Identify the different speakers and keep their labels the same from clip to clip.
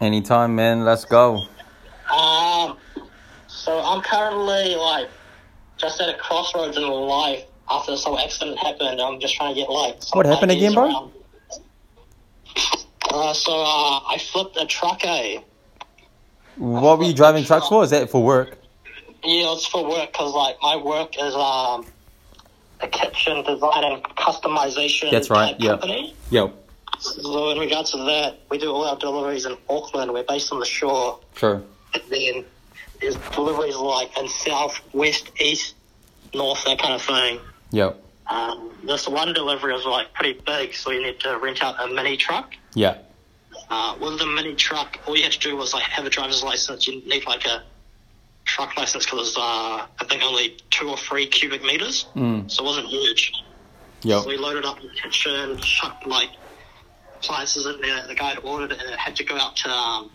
Speaker 1: Anytime, man. Let's go.
Speaker 2: Um, so I'm currently like just at a crossroads in life after this whole accident happened. I'm just trying to get like some
Speaker 1: What happened
Speaker 2: ideas
Speaker 1: again, bro?
Speaker 2: around. Uh, so uh, I flipped a truck. Eh?
Speaker 1: What were you driving trucks for? Is that for work?
Speaker 2: Yeah, it's for work because like my work is um a kitchen design and customization.
Speaker 1: That's right,
Speaker 2: type
Speaker 1: yeah.
Speaker 2: Company.
Speaker 1: Yo,
Speaker 2: So in regards to that, we do all our deliveries in Auckland. We're based on the shore.
Speaker 1: sure.
Speaker 2: And then there's deliveries like in south, west, east, north, that kind of thing.
Speaker 1: Yo,
Speaker 2: Um, this one delivery was like pretty big, so you need to rent out a mini truck.
Speaker 1: yeah.
Speaker 2: Uh, with the mini truck, all you had to do was like have a driver's license. You need like a truck license because uh, I think only two or three cubic meters,
Speaker 1: Mm.
Speaker 2: so it wasn't huge.
Speaker 1: Yo,
Speaker 2: So we loaded up the kitchen, chucked like appliances in there. that The guy had ordered and it had to go out to um,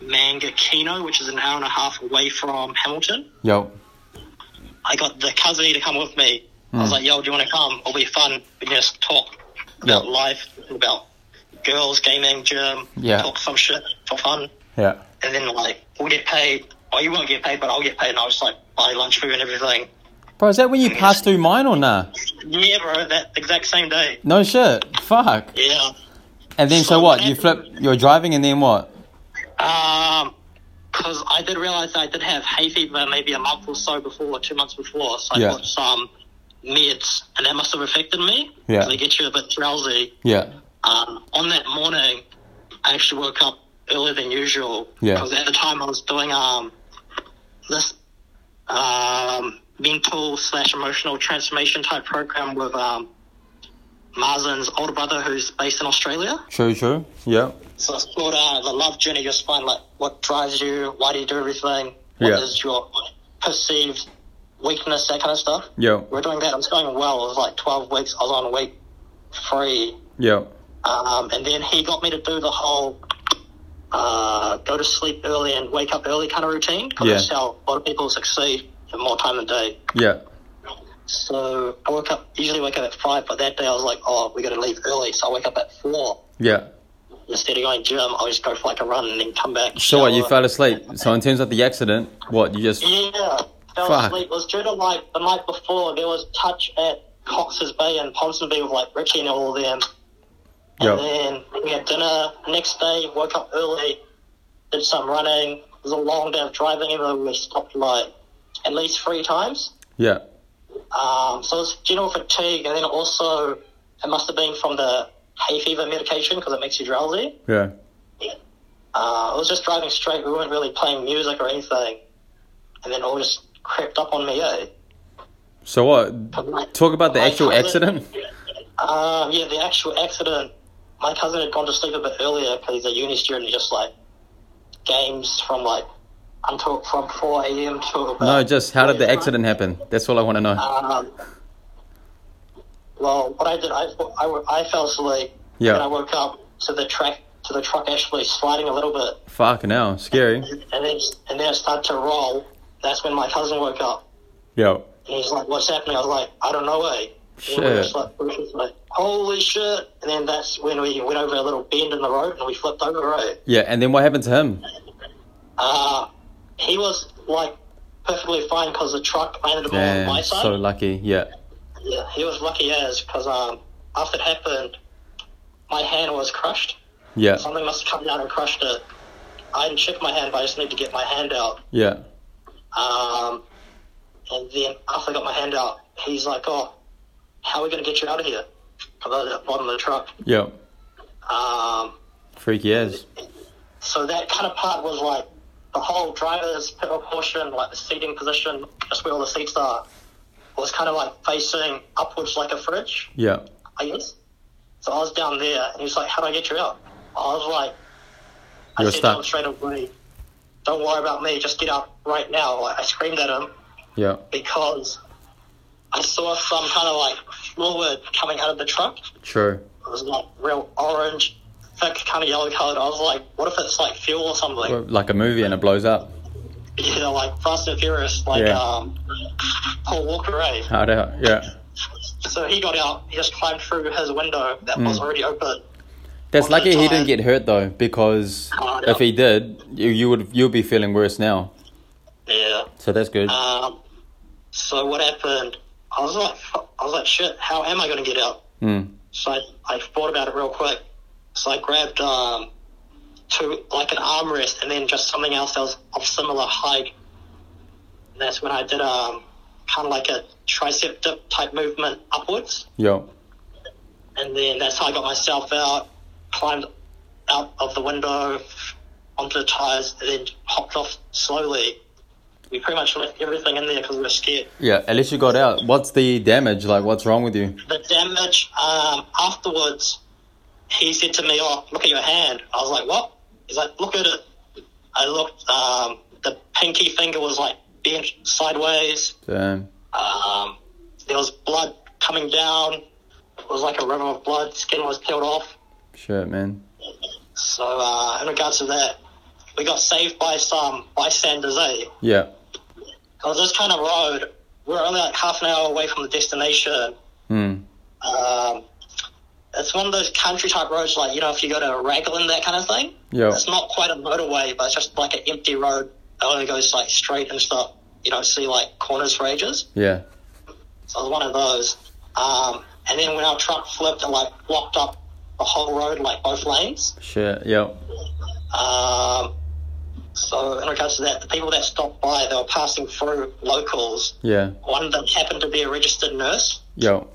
Speaker 2: Mangakino, which is an hour and a half away from Hamilton.
Speaker 1: yo.
Speaker 2: I got the cousin to come with me. I
Speaker 1: Hmm.
Speaker 2: was like, yo, do you want to come? It'll be fun. We can just talk about
Speaker 1: Yeah.
Speaker 2: life, about girls, gaming, gym,
Speaker 1: Yeah.
Speaker 2: talk some shit for fun.
Speaker 1: Yeah.
Speaker 2: And then, like, we'll get paid. Or you won't get paid, but I'll get paid. And I'll just, like, buy lunch food and everything.
Speaker 1: Bro, is that when you passed through mine or nah?
Speaker 2: Yeah, bro, that exact same day.
Speaker 1: No shit. Fuck.
Speaker 2: Yeah.
Speaker 1: And then so what? You flip. You're driving and then what?
Speaker 2: Um, because I did realize I did have hay fever maybe a month or so before, or two months before. So I
Speaker 1: Yeah.
Speaker 2: got some meds, and that must have affected me.
Speaker 1: Yeah.
Speaker 2: They get you a bit drowsy.
Speaker 1: Yeah.
Speaker 2: um, on that morning, I actually woke up earlier than usual.
Speaker 1: Yeah.
Speaker 2: Because at the time I was doing um, this um, mental slash emotional transformation type program with um, Marzin's older brother who's based in Australia.
Speaker 1: True. True. Yeah.
Speaker 2: So it's called uh, the love journey. Just find like what drives you, why do you do everything, What is
Speaker 1: Yeah.
Speaker 2: your perceived weakness, that kind of stuff.
Speaker 1: Yo.
Speaker 2: We're doing that. It was going well. It was like 12 weeks. I was on week three.
Speaker 1: Yo.
Speaker 2: Um, and then he got me to do the whole uh, go to sleep early and wake up early kind of routine because
Speaker 1: Yeah.
Speaker 2: that's how a lot of people succeed in more time a day.
Speaker 1: Yeah.
Speaker 2: So I woke up, usually wake up at five, but that day I was like, oh, we got to leave early. So I wake up at four.
Speaker 1: Yeah.
Speaker 2: Instead of going gym, I'll just go for like a run and then come back.
Speaker 1: So what? You
Speaker 2: shower.
Speaker 1: fell asleep. So in terms of the accident, what? You just.
Speaker 2: Yeah. Fell
Speaker 1: Fuck.
Speaker 2: asleep. It was due to like the night before, there was touch at Cox's Bay and Ponsonby with like Richie and all them. And
Speaker 1: Yo.
Speaker 2: then we had dinner next day, woke up early, did some running. It was a long day of driving, even though we stopped like at least three times.
Speaker 1: Yeah.
Speaker 2: Um, so it was general fatigue, and then also it must have been from the hay fever medication because it makes you drowsy.
Speaker 1: Yeah.
Speaker 2: Uh, I was just driving straight, we weren't really playing music or anything, and then it all just crept up on me, eh?
Speaker 1: So what? Talk about the
Speaker 2: My
Speaker 1: actual
Speaker 2: cousin-
Speaker 1: accident.
Speaker 2: Um, yeah, the actual accident. My cousin had gone to sleep a bit earlier because he's a uni student. he Just like games from like until from four a.m. to about
Speaker 1: No, just how did the accident happen? That's all I want to know.
Speaker 2: Um, well, what I did, I, I, I fell asleep.
Speaker 1: Yeah.
Speaker 2: And I woke up to the track to the truck actually sliding a little bit,
Speaker 1: Fucking hell, scary.
Speaker 2: and then and then it started to roll. That's when my cousin woke up.
Speaker 1: Yo.
Speaker 2: And he's like, "What's happening?" I was like, "I don't know, eh." And we were
Speaker 1: Shit.
Speaker 2: just like, we were just like, "Holy shit!" And then that's when we went over a little bend in the road and we flipped over, eh?
Speaker 1: Yeah. And then what happened to him?
Speaker 2: Uh, he was like perfectly fine because the truck landed him on my
Speaker 1: Damn.
Speaker 2: side.
Speaker 1: So lucky. Yeah.
Speaker 2: yeah, he was lucky as because um, after it happened, my hand was crushed.
Speaker 1: Yeah.
Speaker 2: Something must have come down and crushed it. I didn't check my hand, but I just need to get my hand out.
Speaker 1: Yeah.
Speaker 2: Um, and then after I got my hand out, he's like, "Oh, how are we going to get you out of here?" Because I was at the bottom of the truck.
Speaker 1: Yo.
Speaker 2: Um,
Speaker 1: Freaky as.
Speaker 2: so that kind of part was like the whole driver's portion, like the seating position, just where all the seats are, was kind of like facing upwards like a fridge,
Speaker 1: Yeah.
Speaker 2: I guess. So I was down there, and he's like, "How do I get you out?" I was like, "I
Speaker 1: You're
Speaker 2: said to him
Speaker 1: stuck.
Speaker 2: straight away, don't worry about me, just get up right now." Like I screamed at him.
Speaker 1: Yeah.
Speaker 2: because I saw some kind of like fluid coming out of the truck. It
Speaker 1: True.
Speaker 2: was like real orange, thick, kind of yellow colored. I was like, what if it's like fuel or something?
Speaker 1: Like a movie and it blows up.
Speaker 2: You know, like Fast and Furious, like
Speaker 1: Yeah.
Speaker 2: um, Paul Walker. eh?
Speaker 1: Hard out. Yeah.
Speaker 2: So he got out, he just climbed through his window that was already open.
Speaker 1: That's
Speaker 2: Well,
Speaker 1: lucky
Speaker 2: that's
Speaker 1: he
Speaker 2: all
Speaker 1: didn't
Speaker 2: right.
Speaker 1: get hurt though, because
Speaker 2: Oh, no.
Speaker 1: if he did, you, you would you'd be feeling worse now.
Speaker 2: Yeah.
Speaker 1: So that's good.
Speaker 2: Um, so what happened? I was like, fu- I was like, shit. How am I going to get out?
Speaker 1: Mm.
Speaker 2: So I, I thought about it real quick. So I grabbed um, two like an armrest and then just something else that was of similar height. And that's when I did um, kind of like a tricep dip type movement upwards,
Speaker 1: Yo.
Speaker 2: and then that's how I got myself out, climbed out of the window onto the tires, and then hopped off slowly. We pretty much left everything in there because we were scared.
Speaker 1: Yeah. At least you got out. What's the damage? Like, what's wrong with you?
Speaker 2: the damage um, afterwards, he said to me, "Oh, look at your hand." I was like, "What?" He's like, "Look at it." I looked. Um, the pinky finger was like bent sideways.
Speaker 1: Damn.
Speaker 2: Um, there was blood coming down. It was like a river of blood. Skin was peeled off.
Speaker 1: Shit, man.
Speaker 2: So uh, in regards to that, we got saved by some bystanders. Eh?
Speaker 1: Yeah.
Speaker 2: Because this kind of road, we we're only like half an hour away from the destination.
Speaker 1: Mm.
Speaker 2: Um, it's one of those country type roads, like you know, if you go to Raglan, that kind of thing.
Speaker 1: Yo.
Speaker 2: It's not quite a motorway, but it's just like an empty road. It only goes like straight and stuff. You don't see like corners for ages.
Speaker 1: Yeah.
Speaker 2: So it was one of those. Um, and then when our truck flipped, it like blocked up the whole road, like both lanes.
Speaker 1: Shit. Yo.
Speaker 2: Um, so in regards to that, the people that stopped by, they were passing through locals.
Speaker 1: Yeah.
Speaker 2: One of them happened to be a registered nurse.
Speaker 1: Yo.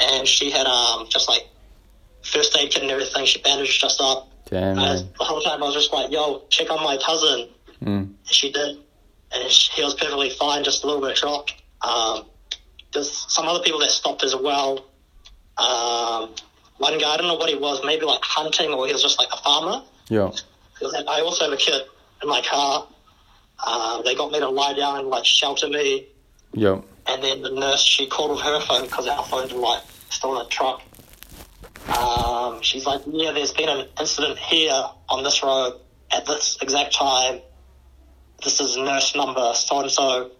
Speaker 2: and she had um just like first aid kit and everything. She bandaged us up.
Speaker 1: Damn.
Speaker 2: And I was-
Speaker 1: Man.
Speaker 2: the whole time I was just like, "Yo, check on my cousin."
Speaker 1: Mm.
Speaker 2: And she did, and she, he was perfectly fine, just a little bit shocked. Um, there's some other people that stopped as well. Um, one guy, I don't know what he was, maybe like hunting or he was just like a farmer.
Speaker 1: Yo.
Speaker 2: He was like, I also have a kid in my car. Uh, they got me to lie down and like shelter me.
Speaker 1: Yo.
Speaker 2: And then the nurse, she called with her phone because our phones were like still in the truck. Um, she's like, yeah, there's been an incident here on this road at this exact time. This is nurse number so and so.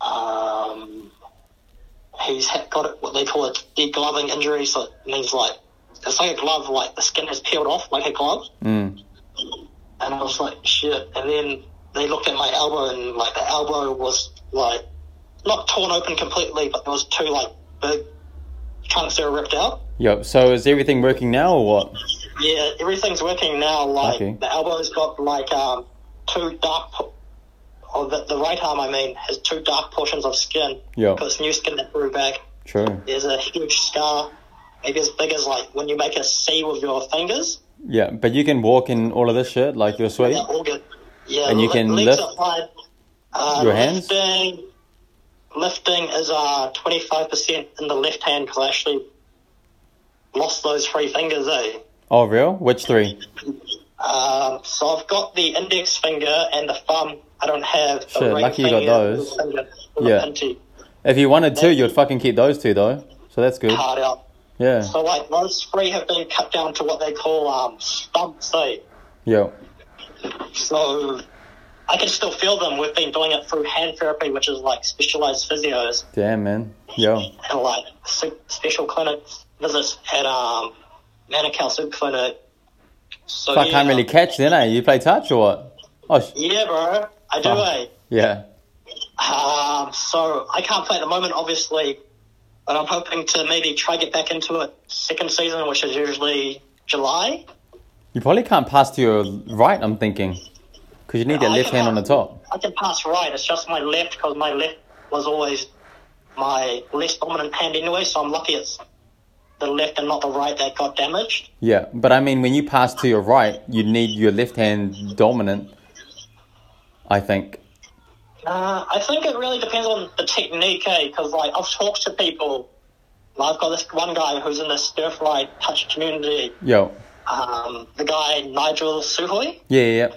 Speaker 2: Um, he's ha- got it, what they call a degloving injury, so it means like it's like a glove, like the skin has peeled off like a glove.
Speaker 1: Mm.
Speaker 2: And I was like, shit. And then they looked at my elbow, and like the elbow was like not torn open completely, but there was two like big chunks that were ripped out.
Speaker 1: Yo. So is everything working now or what?
Speaker 2: Yeah, everything's working now. Like
Speaker 1: Okay.
Speaker 2: the elbow's got like um two dark, po- or the, the right arm, I mean, has two dark portions of skin.
Speaker 1: Yo.
Speaker 2: Because new skin that grew back.
Speaker 1: True.
Speaker 2: There's a huge scar, maybe as big as like when you make a C with your fingers.
Speaker 1: Yeah. But you can walk in all of this shit like you're sweet.
Speaker 2: Yeah, all good. Yeah,
Speaker 1: And you
Speaker 2: li-
Speaker 1: can
Speaker 2: legs
Speaker 1: lift
Speaker 2: up high. Uh,
Speaker 1: your hands?
Speaker 2: Lifting, lifting is uh twenty five percent in the left hand because I actually lost those three fingers. Eh.
Speaker 1: Oh, real? Which three?
Speaker 2: Um, so I've got the index finger and the thumb. I don't have the
Speaker 1: Shit,
Speaker 2: ring
Speaker 1: lucky you got
Speaker 2: finger,
Speaker 1: those.
Speaker 2: middle finger, and
Speaker 1: Yeah.
Speaker 2: the pinky
Speaker 1: If you wanted to, you'd fucking keep those two though. So that's good.
Speaker 2: part out.
Speaker 1: Yeah.
Speaker 2: So like those three have been cut down to what they call um stumps. Eh.
Speaker 1: Yo.
Speaker 2: So I can still feel them. We've been doing it through hand therapy, which is like specialized physios.
Speaker 1: Damn, man. Yo.
Speaker 2: and like su- special clinic visits at um Manukau Super Clinic. So
Speaker 1: Fuck, I
Speaker 2: yeah,
Speaker 1: can't really catch then, eh? You play touch or what? Oh, sh-
Speaker 2: Yeah, bro, I do.
Speaker 1: Oh.
Speaker 2: eh?
Speaker 1: yeah.
Speaker 2: Um, so I can't play at the moment, obviously, but I'm hoping to maybe try get back into it second season, which is usually July.
Speaker 1: You probably can't pass to your right, I'm thinking. Because you need that
Speaker 2: I
Speaker 1: left
Speaker 2: can
Speaker 1: hand on the
Speaker 2: pass.
Speaker 1: top.
Speaker 2: I can pass right. It's just my left because my left was always my less dominant hand anyway. So I'm lucky it's the left and not the right that got damaged.
Speaker 1: Yeah. But I mean, when you pass to your right, you need your left hand dominant, I think.
Speaker 2: Uh, I think it really depends on the technique, eh? Because like I've talked to people. Like, I've got this one guy who's in the stir fry touch community.
Speaker 1: Yo.
Speaker 2: Um, the guy Nigel Suhoy.
Speaker 1: Yeah, yeah, yeah.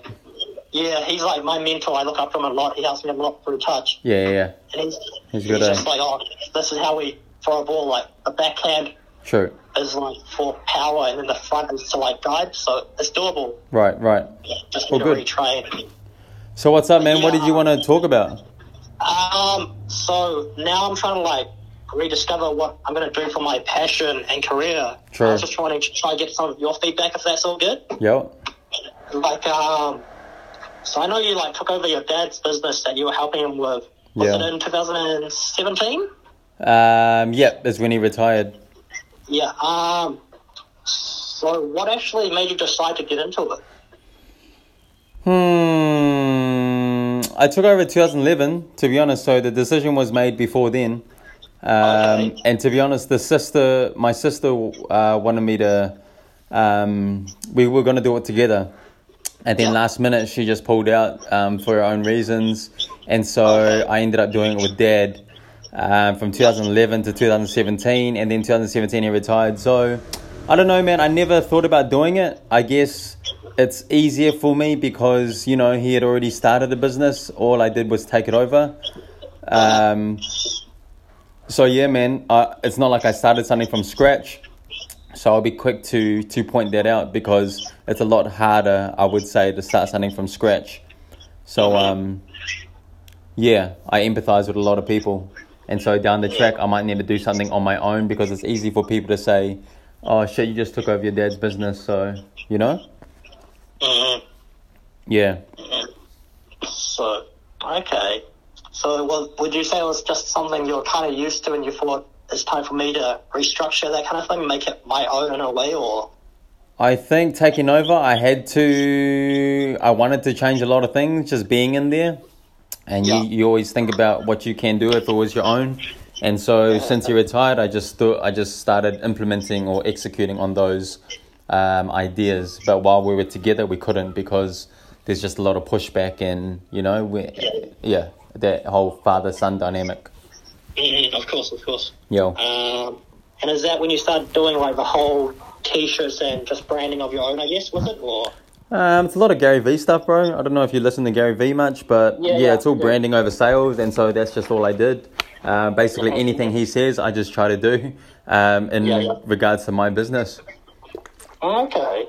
Speaker 2: Yeah, he's like my mentor. I look up to him a lot. He helps me a lot through touch,
Speaker 1: Yeah, yeah, yeah.
Speaker 2: and he's,
Speaker 1: He's
Speaker 2: he's,
Speaker 1: good, eh?
Speaker 2: just like, oh, this is how we throw a ball. Like the backhand
Speaker 1: True.
Speaker 2: is like for power, and then the front is to like guide. So it's doable.
Speaker 1: Right, right.
Speaker 2: Yeah, just
Speaker 1: Well,
Speaker 2: need
Speaker 1: good.
Speaker 2: to retrain.
Speaker 1: So what's up, man? What did you want to talk about?
Speaker 2: Um, so now I'm trying to like rediscover what I'm going to do for my passion and career.
Speaker 1: True.
Speaker 2: I was just wanting to try and get some of your feedback if that's all good.
Speaker 1: Yep.
Speaker 2: Like, um, so I know you like took over your dad's business that you were helping him with. Was
Speaker 1: Yeah.
Speaker 2: it in 2017?
Speaker 1: Um, yep, is when he retired.
Speaker 2: Yeah. Um, so what actually made you decide to get into it?
Speaker 1: Hmm. I took over 2011, to be honest. So the decision was made before then. Um,
Speaker 2: Okay.
Speaker 1: And to be honest, the sister, my sister, uh, wanted me to. Um, we were going to do it together, and then
Speaker 2: Yeah.
Speaker 1: last minute she just pulled out um, for her own reasons, and so I ended up doing it with Dad um, from 2011 to 2017, and then 2017 he retired. So I don't know, man. I never thought about doing it. I guess it's easier for me because you know he had already started a business. All I did was take it over. Um, so yeah, man, uh, it's not like I started something from scratch. So I'll be quick to to point that out because it's a lot harder, I would say, to start something from scratch. So um, yeah, I empathize with a lot of people, and so down the track, I might need to do something on my own because it's easy for people to say, "Oh shit, you just took over your dad's business," so you know,
Speaker 2: Mm-hmm.
Speaker 1: yeah.
Speaker 2: So, okay. So, was, would you say it was just something you were kind of used to and you thought it's time for me to restructure that kind of thing, make it my own in a way, or?
Speaker 1: I think taking over, I had to. I wanted to change a lot of things just being in there. And
Speaker 2: Yeah.
Speaker 1: you, you always think about what you can do if it was your own. And so since you retired, I just thought I just started implementing or executing on those um, ideas. But while we were together, we couldn't because there's just a lot of pushback and you know we yeah that whole father son dynamic.
Speaker 2: Mm-hmm. of course, of course.
Speaker 1: Yo,
Speaker 2: Um, and is that when you started doing like the whole t shirts and just branding of your own, I guess, was it? Or?
Speaker 1: um, it's a lot of Gary Vee stuff, bro. I don't know if you listen to Gary Vee much, but yeah,
Speaker 2: Yeah, yeah,
Speaker 1: it's all
Speaker 2: yeah.
Speaker 1: branding over sales, and so that's just all I did. Uh, basically,
Speaker 2: Yeah.
Speaker 1: anything he says, I just try to do um, in
Speaker 2: Yeah, yeah.
Speaker 1: regards to my business.
Speaker 2: Okay.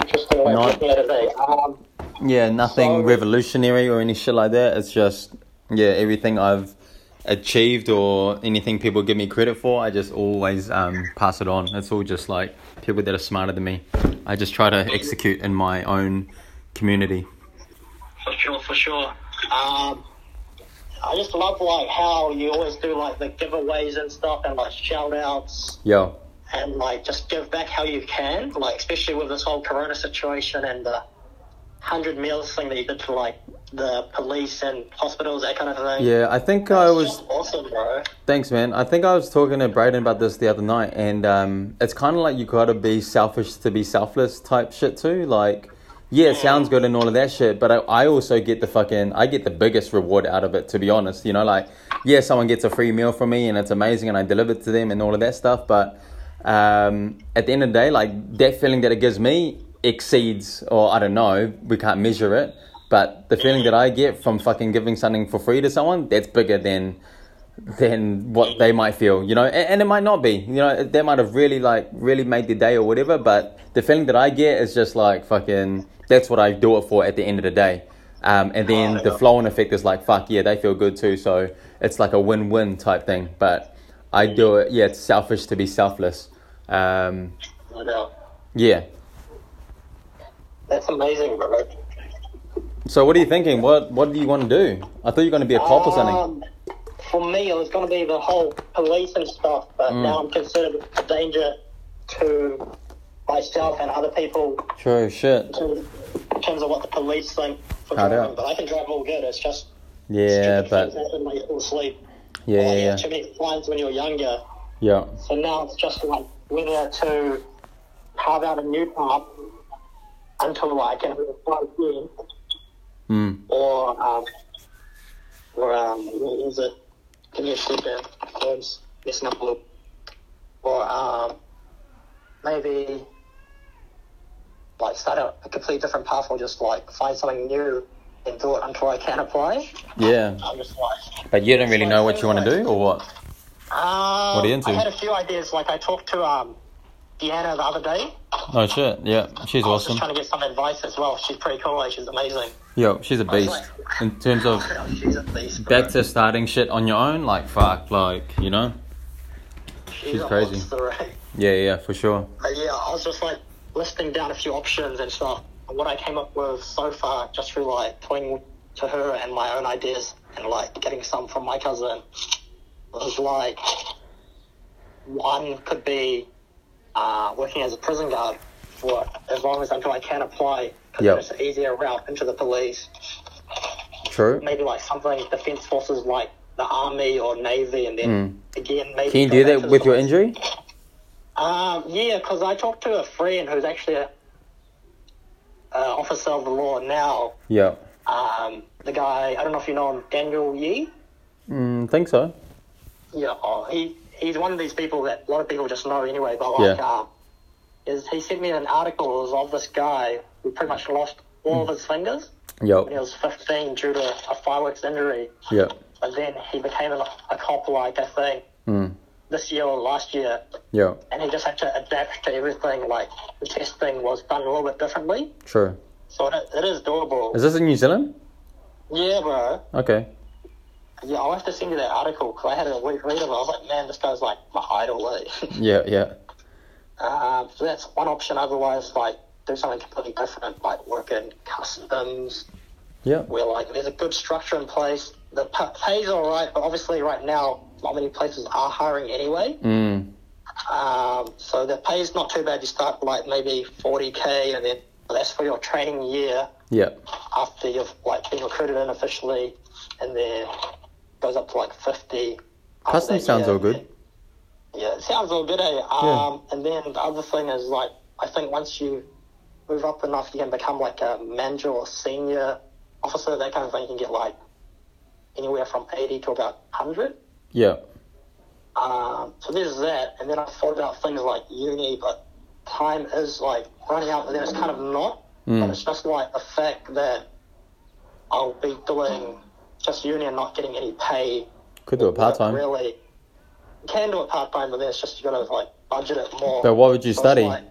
Speaker 2: Interesting way
Speaker 1: Not-
Speaker 2: of looking at it, eh? Um,
Speaker 1: Yeah, nothing
Speaker 2: So-
Speaker 1: revolutionary or any shit like that. It's just yeah, everything I've achieved or anything people give me credit for, I just always um, pass it on. It's all just like people that are smarter than me. I just try to execute in my own community.
Speaker 2: For sure, for sure. Um, I just love like how you always do like the giveaways and stuff and like shout outs
Speaker 1: Yo,
Speaker 2: and like just give back how you can, like especially with this whole corona situation and the hundred meals thing that you did to like the police and hospitals, that kind of thing.
Speaker 1: yeah, I think I
Speaker 2: It's
Speaker 1: was
Speaker 2: just awesome, bro.
Speaker 1: Thanks, man. I think I was talking to Braden about this the other night, and um, it's kind of like you gotta be selfish to be selfless type shit too. Like, yeah, it sounds good and all of that shit, but I, I also get the fucking I get the biggest reward out of it. To be honest, you know, like yeah, someone gets a free meal from me and it's amazing, and I deliver it to them and all of that stuff. But um, at the end of the day, like that feeling that it gives me exceeds, or I don't know, we can't measure it. But the feeling that I get from fucking giving something for free to someone, that's bigger than than what they might feel, you know, and, and it might not be, you know, they might have really like really made their day or whatever, but the feeling that I get is just like fucking that's what I do it for at the end of the day. Um, and then the flow on effect is like, fuck yeah, they feel good too. So it's like a win win type thing. But I do it, yeah, it's selfish to be selfless. Um,
Speaker 2: No doubt.
Speaker 1: yeah.
Speaker 2: That's amazing, bro.
Speaker 1: So what are you thinking? What what do you want to do? I thought you were going to be a cop or something.
Speaker 2: Um, for me, it was going to be the whole police and stuff, but
Speaker 1: Mm.
Speaker 2: now I'm considered a danger to myself and other people
Speaker 1: True shit.
Speaker 2: in terms of what the police think for
Speaker 1: Hard
Speaker 2: driving.
Speaker 1: out.
Speaker 2: But I can drive all good. It's just
Speaker 1: Yeah,
Speaker 2: stupid
Speaker 1: but
Speaker 2: things happen when you're asleep.
Speaker 1: yeah,
Speaker 2: Like,
Speaker 1: yeah,
Speaker 2: Too many fines when you're younger.
Speaker 1: yeah,
Speaker 2: So now it's just like whether to carve out a new path until I can apply again,
Speaker 1: Mm.
Speaker 2: or um, or um, what is it? Give me a second. I'm just messing up a little. Or um, maybe like start out a completely different path, or just like find something new and do it until I can apply.
Speaker 1: yeah.
Speaker 2: I'm just like.
Speaker 1: But you don't really know what you want to do or what?
Speaker 2: Um,
Speaker 1: What are you into?
Speaker 2: I had a few ideas. Like I talked to um, Deanna the other day.
Speaker 1: No Oh, shit. Yeah, she's
Speaker 2: I was
Speaker 1: awesome.
Speaker 2: just trying to get some advice as well. She's pretty cool. eh? She's amazing.
Speaker 1: Yo, she's a beast. In terms of
Speaker 2: She's at least.
Speaker 1: back to starting shit on your own, like fuck, like you know. she's
Speaker 2: a
Speaker 1: crazy.
Speaker 2: monster, eh?
Speaker 1: Yeah, yeah, for sure.
Speaker 2: But yeah, I was just like listing down a few options and stuff. And What I came up with so far, just through like toying to her and my own ideas, and like getting some from my cousin, was like one could be uh, working as a prison guard for as long as until I can apply. 'cause
Speaker 1: Yep.
Speaker 2: It's an easier route into the police.
Speaker 1: True.
Speaker 2: Maybe like something defense forces like the army or navy, and then again maybe.
Speaker 1: Hmm. Can you
Speaker 2: go
Speaker 1: do
Speaker 2: back to
Speaker 1: that
Speaker 2: the
Speaker 1: with your
Speaker 2: police.
Speaker 1: injury?
Speaker 2: Um, yeah, because I talked to a friend who's actually a uh, officer of the law now.
Speaker 1: Yeah.
Speaker 2: Um, the guy, I don't know if you know him, Daniel Yee.
Speaker 1: Mm, think so.
Speaker 2: Yeah, oh, he he's one of these people that a lot of people just know anyway. But like,
Speaker 1: Yeah.
Speaker 2: um, is he sent me an article it was of this guy who pretty much lost all of his fingers
Speaker 1: Yep.
Speaker 2: when he was 15 due to a fireworks injury.
Speaker 1: Yep.
Speaker 2: But then he became a, a cop like I think
Speaker 1: Mm.
Speaker 2: this year or last year,
Speaker 1: Yep.
Speaker 2: and he just had to adapt to everything. Like the testing was done a little bit differently.
Speaker 1: True.
Speaker 2: So it, it is doable.
Speaker 1: Is this in New Zealand?
Speaker 2: yeah, bro.
Speaker 1: Okay.
Speaker 2: Yeah, I'll have to send you that article because I had a week read of it. I was like, man, this guy's like my idol. Eh?
Speaker 1: Yeah. Yeah.
Speaker 2: um, so that's one option. Otherwise, like, do something completely different, like work in customs,
Speaker 1: Yeah.
Speaker 2: where like there's a good structure in place. The pa- pay's all right, but obviously right now, not many places are hiring anyway.
Speaker 1: Mm.
Speaker 2: Um, so the pay's not too bad. You start like maybe 40k, and then that's for your training year.
Speaker 1: Yeah.
Speaker 2: after you've like been recruited in officially, and then goes up to like fifty. after
Speaker 1: Custom
Speaker 2: that
Speaker 1: sounds
Speaker 2: year.
Speaker 1: all good.
Speaker 2: Yeah, it sounds all good, eh? Um, And then the other thing is like I think once you move up enough, you can become like a manager or senior officer, that kind of thing. You can get like anywhere from eighty to about hundred.
Speaker 1: Yeah.
Speaker 2: Um, so there's that, and then I thought about things like uni, but time is like running out, and then it's kind of not.
Speaker 1: Hmm.
Speaker 2: But it's just like the fact that I'll be doing just uni and not getting any pay.
Speaker 1: Could do it part
Speaker 2: Like,
Speaker 1: time.
Speaker 2: Really, you can do it part time, but then it's just you gotta like budget it more.
Speaker 1: But what would you
Speaker 2: So it's
Speaker 1: study?
Speaker 2: like-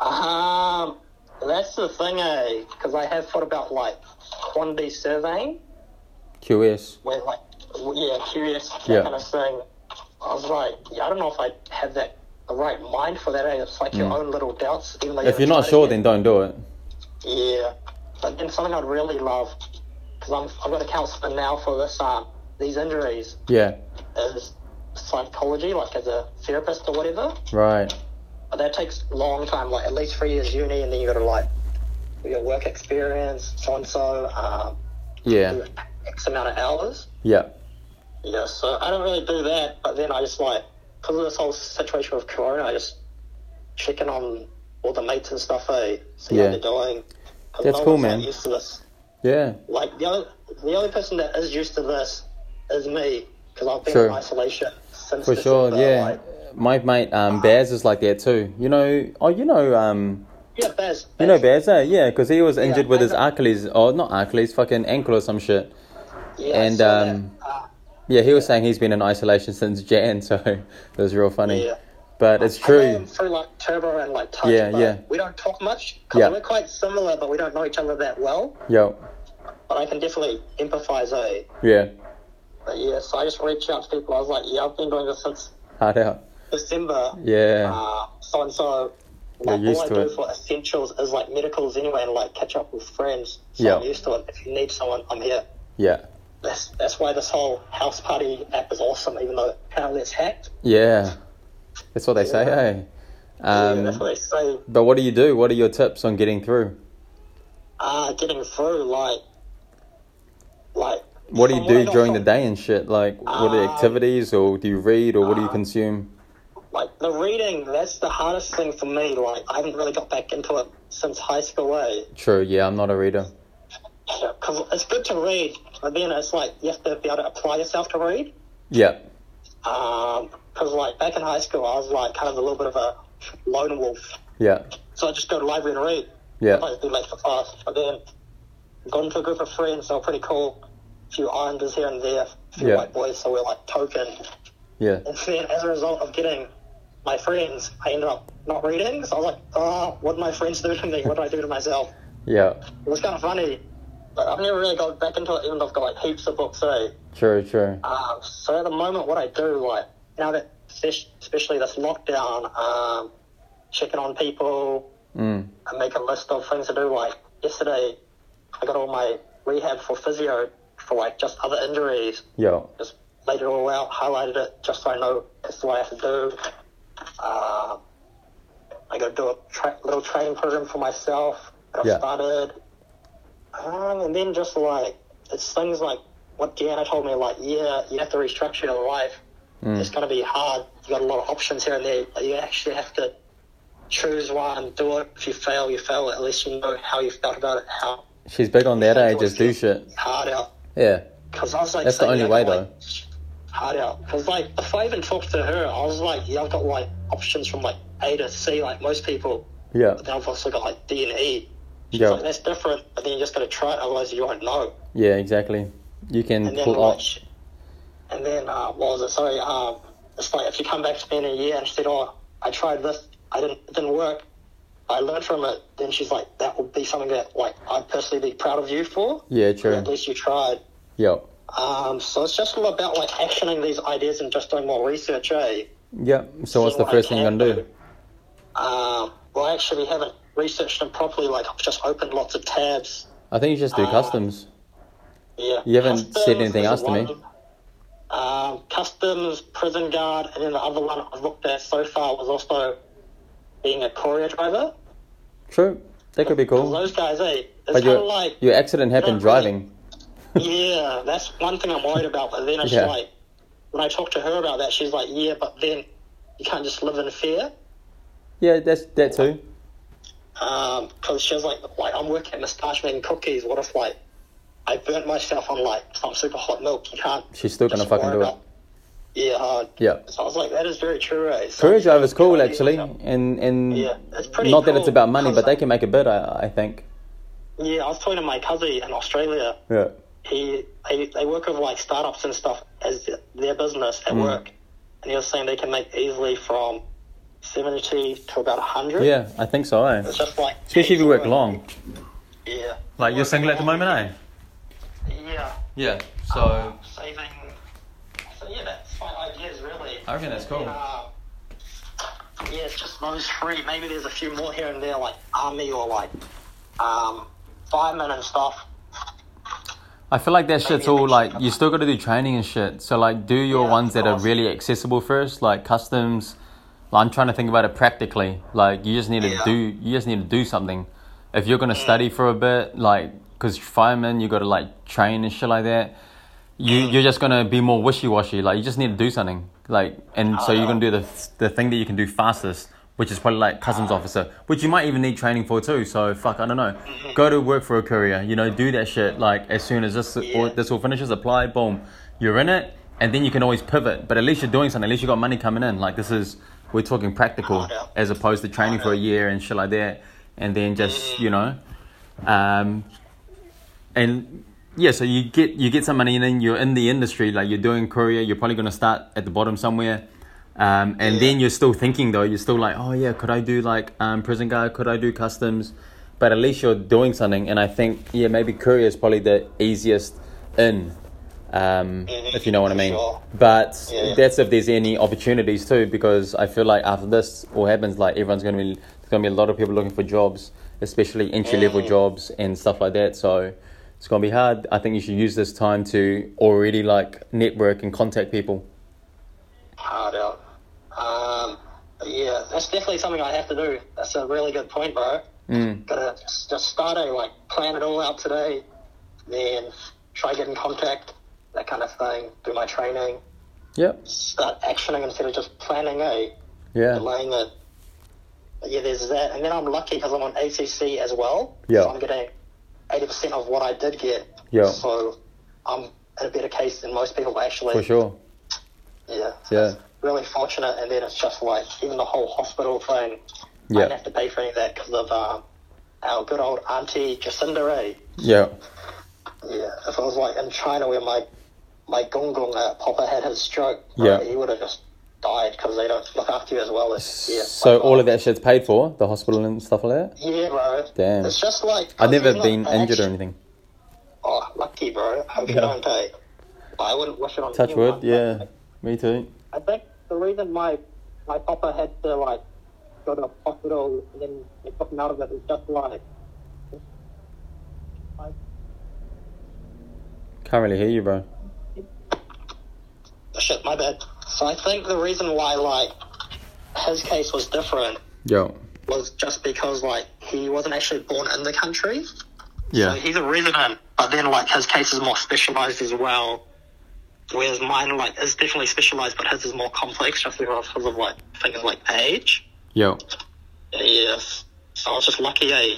Speaker 2: um, that's the thing, eh? Because I have thought about like quantity surveying
Speaker 1: QS.
Speaker 2: where like w- yeah, curious that
Speaker 1: Yeah.
Speaker 2: kind of thing. I was like, yeah, I don't know if I have that the right mind for that. eh? It's like your own little doubts. Even though
Speaker 1: Mm. If you're not sure, then don't do it.
Speaker 2: yeah. But then something I'd really love because I'm I've got a counselor now for this um these injuries
Speaker 1: Yeah.
Speaker 2: is psychology, like as a therapist or whatever.
Speaker 1: Right.
Speaker 2: But that takes a long time, like at least three years uni, and then you got to like do your work experience, so and so, um,
Speaker 1: Yeah.
Speaker 2: x amount of hours.
Speaker 1: Yeah.
Speaker 2: Yeah, so I don't really do that, but then I just like, because of this whole situation with Corona, I just check in on all the mates and stuff, eh? See
Speaker 1: Yeah.
Speaker 2: how they're doing. 'Cause
Speaker 1: That's
Speaker 2: no
Speaker 1: cool,
Speaker 2: one's, like,
Speaker 1: man.
Speaker 2: used to this.
Speaker 1: Yeah.
Speaker 2: Like, the only, the only person that is used to this is me, because I've been
Speaker 1: Sure.
Speaker 2: in isolation since
Speaker 1: For sure.
Speaker 2: December,
Speaker 1: Yeah.
Speaker 2: Like, uh-huh.
Speaker 1: My mate um, Baz is like that too. You know. Oh, you know. Um.
Speaker 2: yeah, Baz.
Speaker 1: You know Baz, eh? Yeah, because he was injured with
Speaker 2: I
Speaker 1: his
Speaker 2: know.
Speaker 1: Achilles, or not Achilles, fucking ankle or some shit.
Speaker 2: Yeah,
Speaker 1: and,
Speaker 2: so that,
Speaker 1: um,
Speaker 2: uh,
Speaker 1: Yeah, he was saying he's been in isolation since Jan, so it was real funny.
Speaker 2: Yeah.
Speaker 1: But it's
Speaker 2: I know him
Speaker 1: true.
Speaker 2: Through like Turbo and like Touch,
Speaker 1: Yeah,
Speaker 2: but
Speaker 1: yeah.
Speaker 2: We don't talk much because
Speaker 1: Yeah.
Speaker 2: we're quite similar, but we don't know each other that well.
Speaker 1: Yo.
Speaker 2: But I can definitely empathize, eh?
Speaker 1: Yeah.
Speaker 2: But yeah, so I just reached out to people. I was like, yeah, I've been doing this since
Speaker 1: Hard out.
Speaker 2: December.
Speaker 1: Yeah.
Speaker 2: Uh, so and so. Like,
Speaker 1: You're used
Speaker 2: all I
Speaker 1: to
Speaker 2: do
Speaker 1: it.
Speaker 2: for essentials is like medicals anyway and like catch up with friends. So
Speaker 1: Yeah.
Speaker 2: I'm used to it. If you need someone, I'm here.
Speaker 1: Yeah.
Speaker 2: That's that's why this whole house party app is awesome, even though apparently it's hacked.
Speaker 1: Yeah. That's what they say, hey.
Speaker 2: yeah, that's
Speaker 1: Um,
Speaker 2: what they say.
Speaker 1: but what do you do? What are your tips on getting through?
Speaker 2: Uh, getting through, like, like.
Speaker 1: What do you
Speaker 2: from I
Speaker 1: do
Speaker 2: got
Speaker 1: during the
Speaker 2: from-
Speaker 1: day and shit? Like, what are the
Speaker 2: Um,
Speaker 1: activities, or do you read, or what do
Speaker 2: uh,
Speaker 1: you consume?
Speaker 2: Like the reading, that's the hardest thing for me. Like I haven't really got back into it since high school. Eh?
Speaker 1: True. Yeah, I'm not a reader.
Speaker 2: because it's good to read, but then it's like you have to be able to apply yourself to read.
Speaker 1: Yeah.
Speaker 2: Because like back in high school, I was like kind of a little bit of a lone wolf,
Speaker 1: Yeah.
Speaker 2: so I just go to the library and read.
Speaker 1: Yeah.
Speaker 2: Sometimes do late for class, but then got into a group of friends, so pretty cool. A few islanders here and there, a few
Speaker 1: Yeah.
Speaker 2: white boys, so we're like token.
Speaker 1: Yeah.
Speaker 2: And then as a result of getting my friends, I ended up not reading. So I was like, oh, what did my friends do to me? What did I do to myself?
Speaker 1: Yeah.
Speaker 2: It was kind of funny. But I've never really got back into it, even though I've got like heaps of books, eh?
Speaker 1: True. True.
Speaker 2: Um, so at the moment, what I do, like now that fish- especially this lockdown, um, checking on people
Speaker 1: Mm.
Speaker 2: and make a list of things to do. Like yesterday, I got all my rehab for physio for like just other injuries.
Speaker 1: Yo.
Speaker 2: Just laid it all out, highlighted it, just so I know that's what I have to do. Um, I got to do a tra- little training program for myself. that I've
Speaker 1: Yeah.
Speaker 2: started. Um, and then just like it's things like what Deanna told me, like yeah, you have to restructure your life. It's gonna be hard. You got a lot of options here and there. but You actually have to choose one, do it. If you fail, you fail. At least you know how you felt about it, how
Speaker 1: She's big on that, eh? Just do shit.
Speaker 2: hard out.
Speaker 1: Yeah.
Speaker 2: Because I was like,
Speaker 1: That's the
Speaker 2: saying,
Speaker 1: only
Speaker 2: I've
Speaker 1: way,
Speaker 2: got, like, Hard out. Because like if I even talked to her, I was like, yeah, I've got like options from like A to C, like most people.
Speaker 1: Yeah.
Speaker 2: But then I've also got like D and E. She's
Speaker 1: Yeah.
Speaker 2: like, that's different. But then you just gotta try it, otherwise you won't know.
Speaker 1: Yeah. Exactly. You can
Speaker 2: And then
Speaker 1: pull
Speaker 2: like,
Speaker 1: up.
Speaker 2: sh- and then uh, what was it? Sorry, um, it's like if you come back to me in a year and she said, "Oh, I tried this, I didn't, it didn't work, I learned from it," then she's like, "That would be something that like I'd personally be proud of you for.
Speaker 1: Yeah. True.
Speaker 2: At least you tried."
Speaker 1: Yo.
Speaker 2: Um, so it's just all about like actioning these ideas and just doing more research, eh?
Speaker 1: Yeah. So what's the
Speaker 2: what I
Speaker 1: first thing you're
Speaker 2: can
Speaker 1: gonna do?
Speaker 2: Um, well, I actually haven't researched them properly. Like I've just opened lots of tabs.
Speaker 1: I think you just do
Speaker 2: Uh,
Speaker 1: customs.
Speaker 2: Yeah.
Speaker 1: You haven't
Speaker 2: Customs
Speaker 1: said anything
Speaker 2: is
Speaker 1: else to me.
Speaker 2: one. Um, customs, prison guard, and then the other one I've looked at so far was also being a courier driver.
Speaker 1: True. That could be
Speaker 2: 'Cause
Speaker 1: cool.
Speaker 2: Those guys, eh? It's
Speaker 1: But
Speaker 2: kind of
Speaker 1: your
Speaker 2: like,
Speaker 1: your accident happened
Speaker 2: Not really.
Speaker 1: driving.
Speaker 2: yeah, that's one thing I'm worried about. But then it's
Speaker 1: Yeah.
Speaker 2: like, when I talk to her about that, she's like, yeah, but then you can't just live in fear.
Speaker 1: Yeah. That's that too.
Speaker 2: because Um, she was like, like I'm working at Moustache making cookies. What if like I burnt myself on like some super hot milk? You can't.
Speaker 1: She's still gonna
Speaker 2: just
Speaker 1: fucking
Speaker 2: worry
Speaker 1: do it.
Speaker 2: about- Yeah. Uh,
Speaker 1: Yeah.
Speaker 2: So I was like, that is very true. Right? So
Speaker 1: Courier driver's cool
Speaker 2: Yeah.
Speaker 1: actually, and and
Speaker 2: Yeah, it's pretty
Speaker 1: not that it's
Speaker 2: cool,
Speaker 1: about money, but
Speaker 2: 'cause,
Speaker 1: they can make a bit. I, I think.
Speaker 2: Yeah, I was talking to my cousin in Australia.
Speaker 1: Yeah.
Speaker 2: He they, they work with like startups and stuff as their business at
Speaker 1: Mm.
Speaker 2: work, and he was saying they can make easily from seventy to about hundred.
Speaker 1: Yeah, I think so. Eh?
Speaker 2: It's just like
Speaker 1: Especially if you work long.
Speaker 2: Yeah.
Speaker 1: Like you're single at the moment, eh?
Speaker 2: Yeah.
Speaker 1: Yeah. So
Speaker 2: saving. So yeah, that's my ideas really.
Speaker 1: I reckon that's cool.
Speaker 2: Uh, yeah, it's just those three. Maybe there's a few more here and there, like army or like um, firemen and stuff.
Speaker 1: I feel like that shit's all like you still got to do training and shit. So like, do your
Speaker 2: Yeah,
Speaker 1: ones that are
Speaker 2: of course.
Speaker 1: really accessible first, like customs. Like, I'm trying to think about it practically. Like you just need to
Speaker 2: Yeah.
Speaker 1: do, you just need to do something. If you're gonna study for a bit, like, cause firemen, you got to like train and shit like that. You you're just gonna be more wishy washy. Like you just need to do something. Like and so you're gonna do the the thing that you can do fastest, which is probably like customs officer, which you might even need training for too. So fuck, I don't know. Go to work for a courier. You know, do that shit. Like as soon as this
Speaker 2: Yeah.
Speaker 1: all, this all finishes, apply, boom, you're in it, and then you can always pivot. But at least you're doing something. At least you got money coming in. Like this is we're talking practical
Speaker 2: yeah.
Speaker 1: as opposed to training for a year and shit like that, and then just you know. Um, and yeah, so you get you get some money, and then you're in the industry, like you're doing courier. You're probably gonna start at the bottom somewhere, um, and then you're still thinking though. You're still like, oh yeah, could I do like um, prison guard? Could I do customs? But at least you're doing something, and I think yeah, maybe courier is probably the easiest in, um, if you know what I
Speaker 2: For
Speaker 1: mean.
Speaker 2: sure.
Speaker 1: But
Speaker 2: Yeah, yeah.
Speaker 1: that's if there's any opportunities too, because I feel like after this all happens, like everyone's gonna be there's gonna be a lot of people looking for jobs, especially entry level
Speaker 2: Mm.
Speaker 1: jobs and stuff like that. So it's gonna be hard. I think you should use this time to already like network and contact people.
Speaker 2: Hard out. Um, yeah, that's definitely something I have to do. That's a really good point, bro. Mm. Gotta just, just start a like plan it all out today, then try get in contact, that kind of thing. Do my training,
Speaker 1: Yep.
Speaker 2: start actioning instead of just planning. eh. A
Speaker 1: Yeah.
Speaker 2: delaying it. But yeah, there's that, and then I'm lucky because I'm on ACC as well.
Speaker 1: Yeah.
Speaker 2: so I'm getting eighty percent of what I did get.
Speaker 1: Yeah.
Speaker 2: so I'm in a better case than most people actually.
Speaker 1: For sure.
Speaker 2: Yeah.
Speaker 1: Yeah.
Speaker 2: Really fortunate, and then it's just like even the whole hospital thing. I didn't
Speaker 1: Yeah.
Speaker 2: have to pay for any of that because of um, our good old auntie Jacinda Ray.
Speaker 1: Yeah.
Speaker 2: Yeah. If I was like in China where my my gong gong uh, popper had his stroke,
Speaker 1: Yeah.
Speaker 2: uh, he would have just died because they don't look after you as well as yeah.
Speaker 1: So
Speaker 2: like,
Speaker 1: all of that shit's paid for, the hospital and stuff like that.
Speaker 2: Yeah, bro.
Speaker 1: Damn.
Speaker 2: It's just like
Speaker 1: I've never
Speaker 2: it's not
Speaker 1: been
Speaker 2: an
Speaker 1: injured or
Speaker 2: actu-
Speaker 1: anything.
Speaker 2: Oh, lucky, bro. I hope you
Speaker 1: Yeah.
Speaker 2: don't die. I wouldn't wish it on
Speaker 1: Touch
Speaker 2: anyone,
Speaker 1: wood.
Speaker 2: but
Speaker 1: Yeah, me too.
Speaker 2: I think the reason my my papa had to like go to the hospital and then they took him out of it was just like
Speaker 1: Can't really hear you, bro.
Speaker 2: oh, shit, my bad. So I think the reason why like his case was different
Speaker 1: Yo.
Speaker 2: was just because like he wasn't actually born in the country. So
Speaker 1: Yeah.
Speaker 2: he's a resident, but then like his case is more specialized as well. Whereas mine like is definitely specialized, but his is more complex just because of like things like age.
Speaker 1: Yo.
Speaker 2: Yes. So I was just lucky a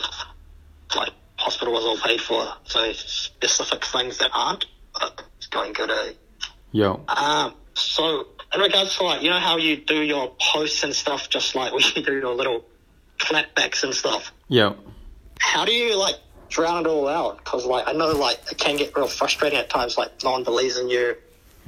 Speaker 2: like hospital was all paid for. So specific things that aren't, but it's going good. Eh?
Speaker 1: Yo.
Speaker 2: Um. So in regards to like you know how you do your posts and stuff, just like when you do your little clapbacks and stuff.
Speaker 1: Yo.
Speaker 2: How do you like drown it all out? Because like I know like it can get real frustrating at times. Like no one believes in you.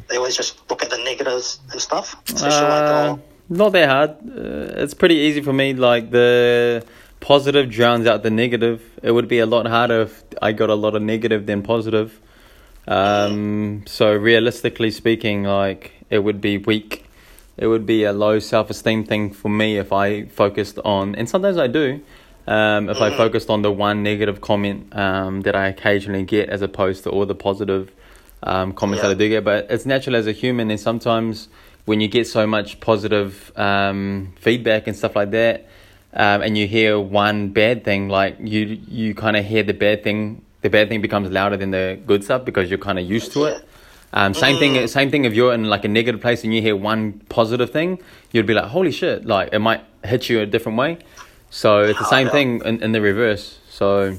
Speaker 2: They always just look at the negatives and stuff. Especially
Speaker 1: Uh,
Speaker 2: like, oh,
Speaker 1: not that hard. Uh, it's pretty easy for me. Like the positive drowns out the negative. It would be a lot harder if I got a lot of negative than positive. Um,
Speaker 2: Mm.
Speaker 1: so realistically speaking, like it would be weak. It would be a low self esteem thing for me if I focused on, and sometimes I do. Um, if I
Speaker 2: Mm-hmm.
Speaker 1: focused on the one negative comment um, that I occasionally get, as opposed to all the positive um, comments
Speaker 2: Yeah.
Speaker 1: that I do get, but it's natural as a human, and sometimes when you get so much positive um, feedback and stuff like that, um, and you hear one bad thing, like you you kind of hear the bad thing. The bad thing becomes louder than the good stuff because you're kind of used to it. Um, same thing. Same thing. If you're in like a negative place and you hear one positive thing, you'd be like, "Holy shit!" Like it might hit you a different way. So it's the
Speaker 2: Oh,
Speaker 1: same
Speaker 2: yeah.
Speaker 1: thing in, in the reverse. So,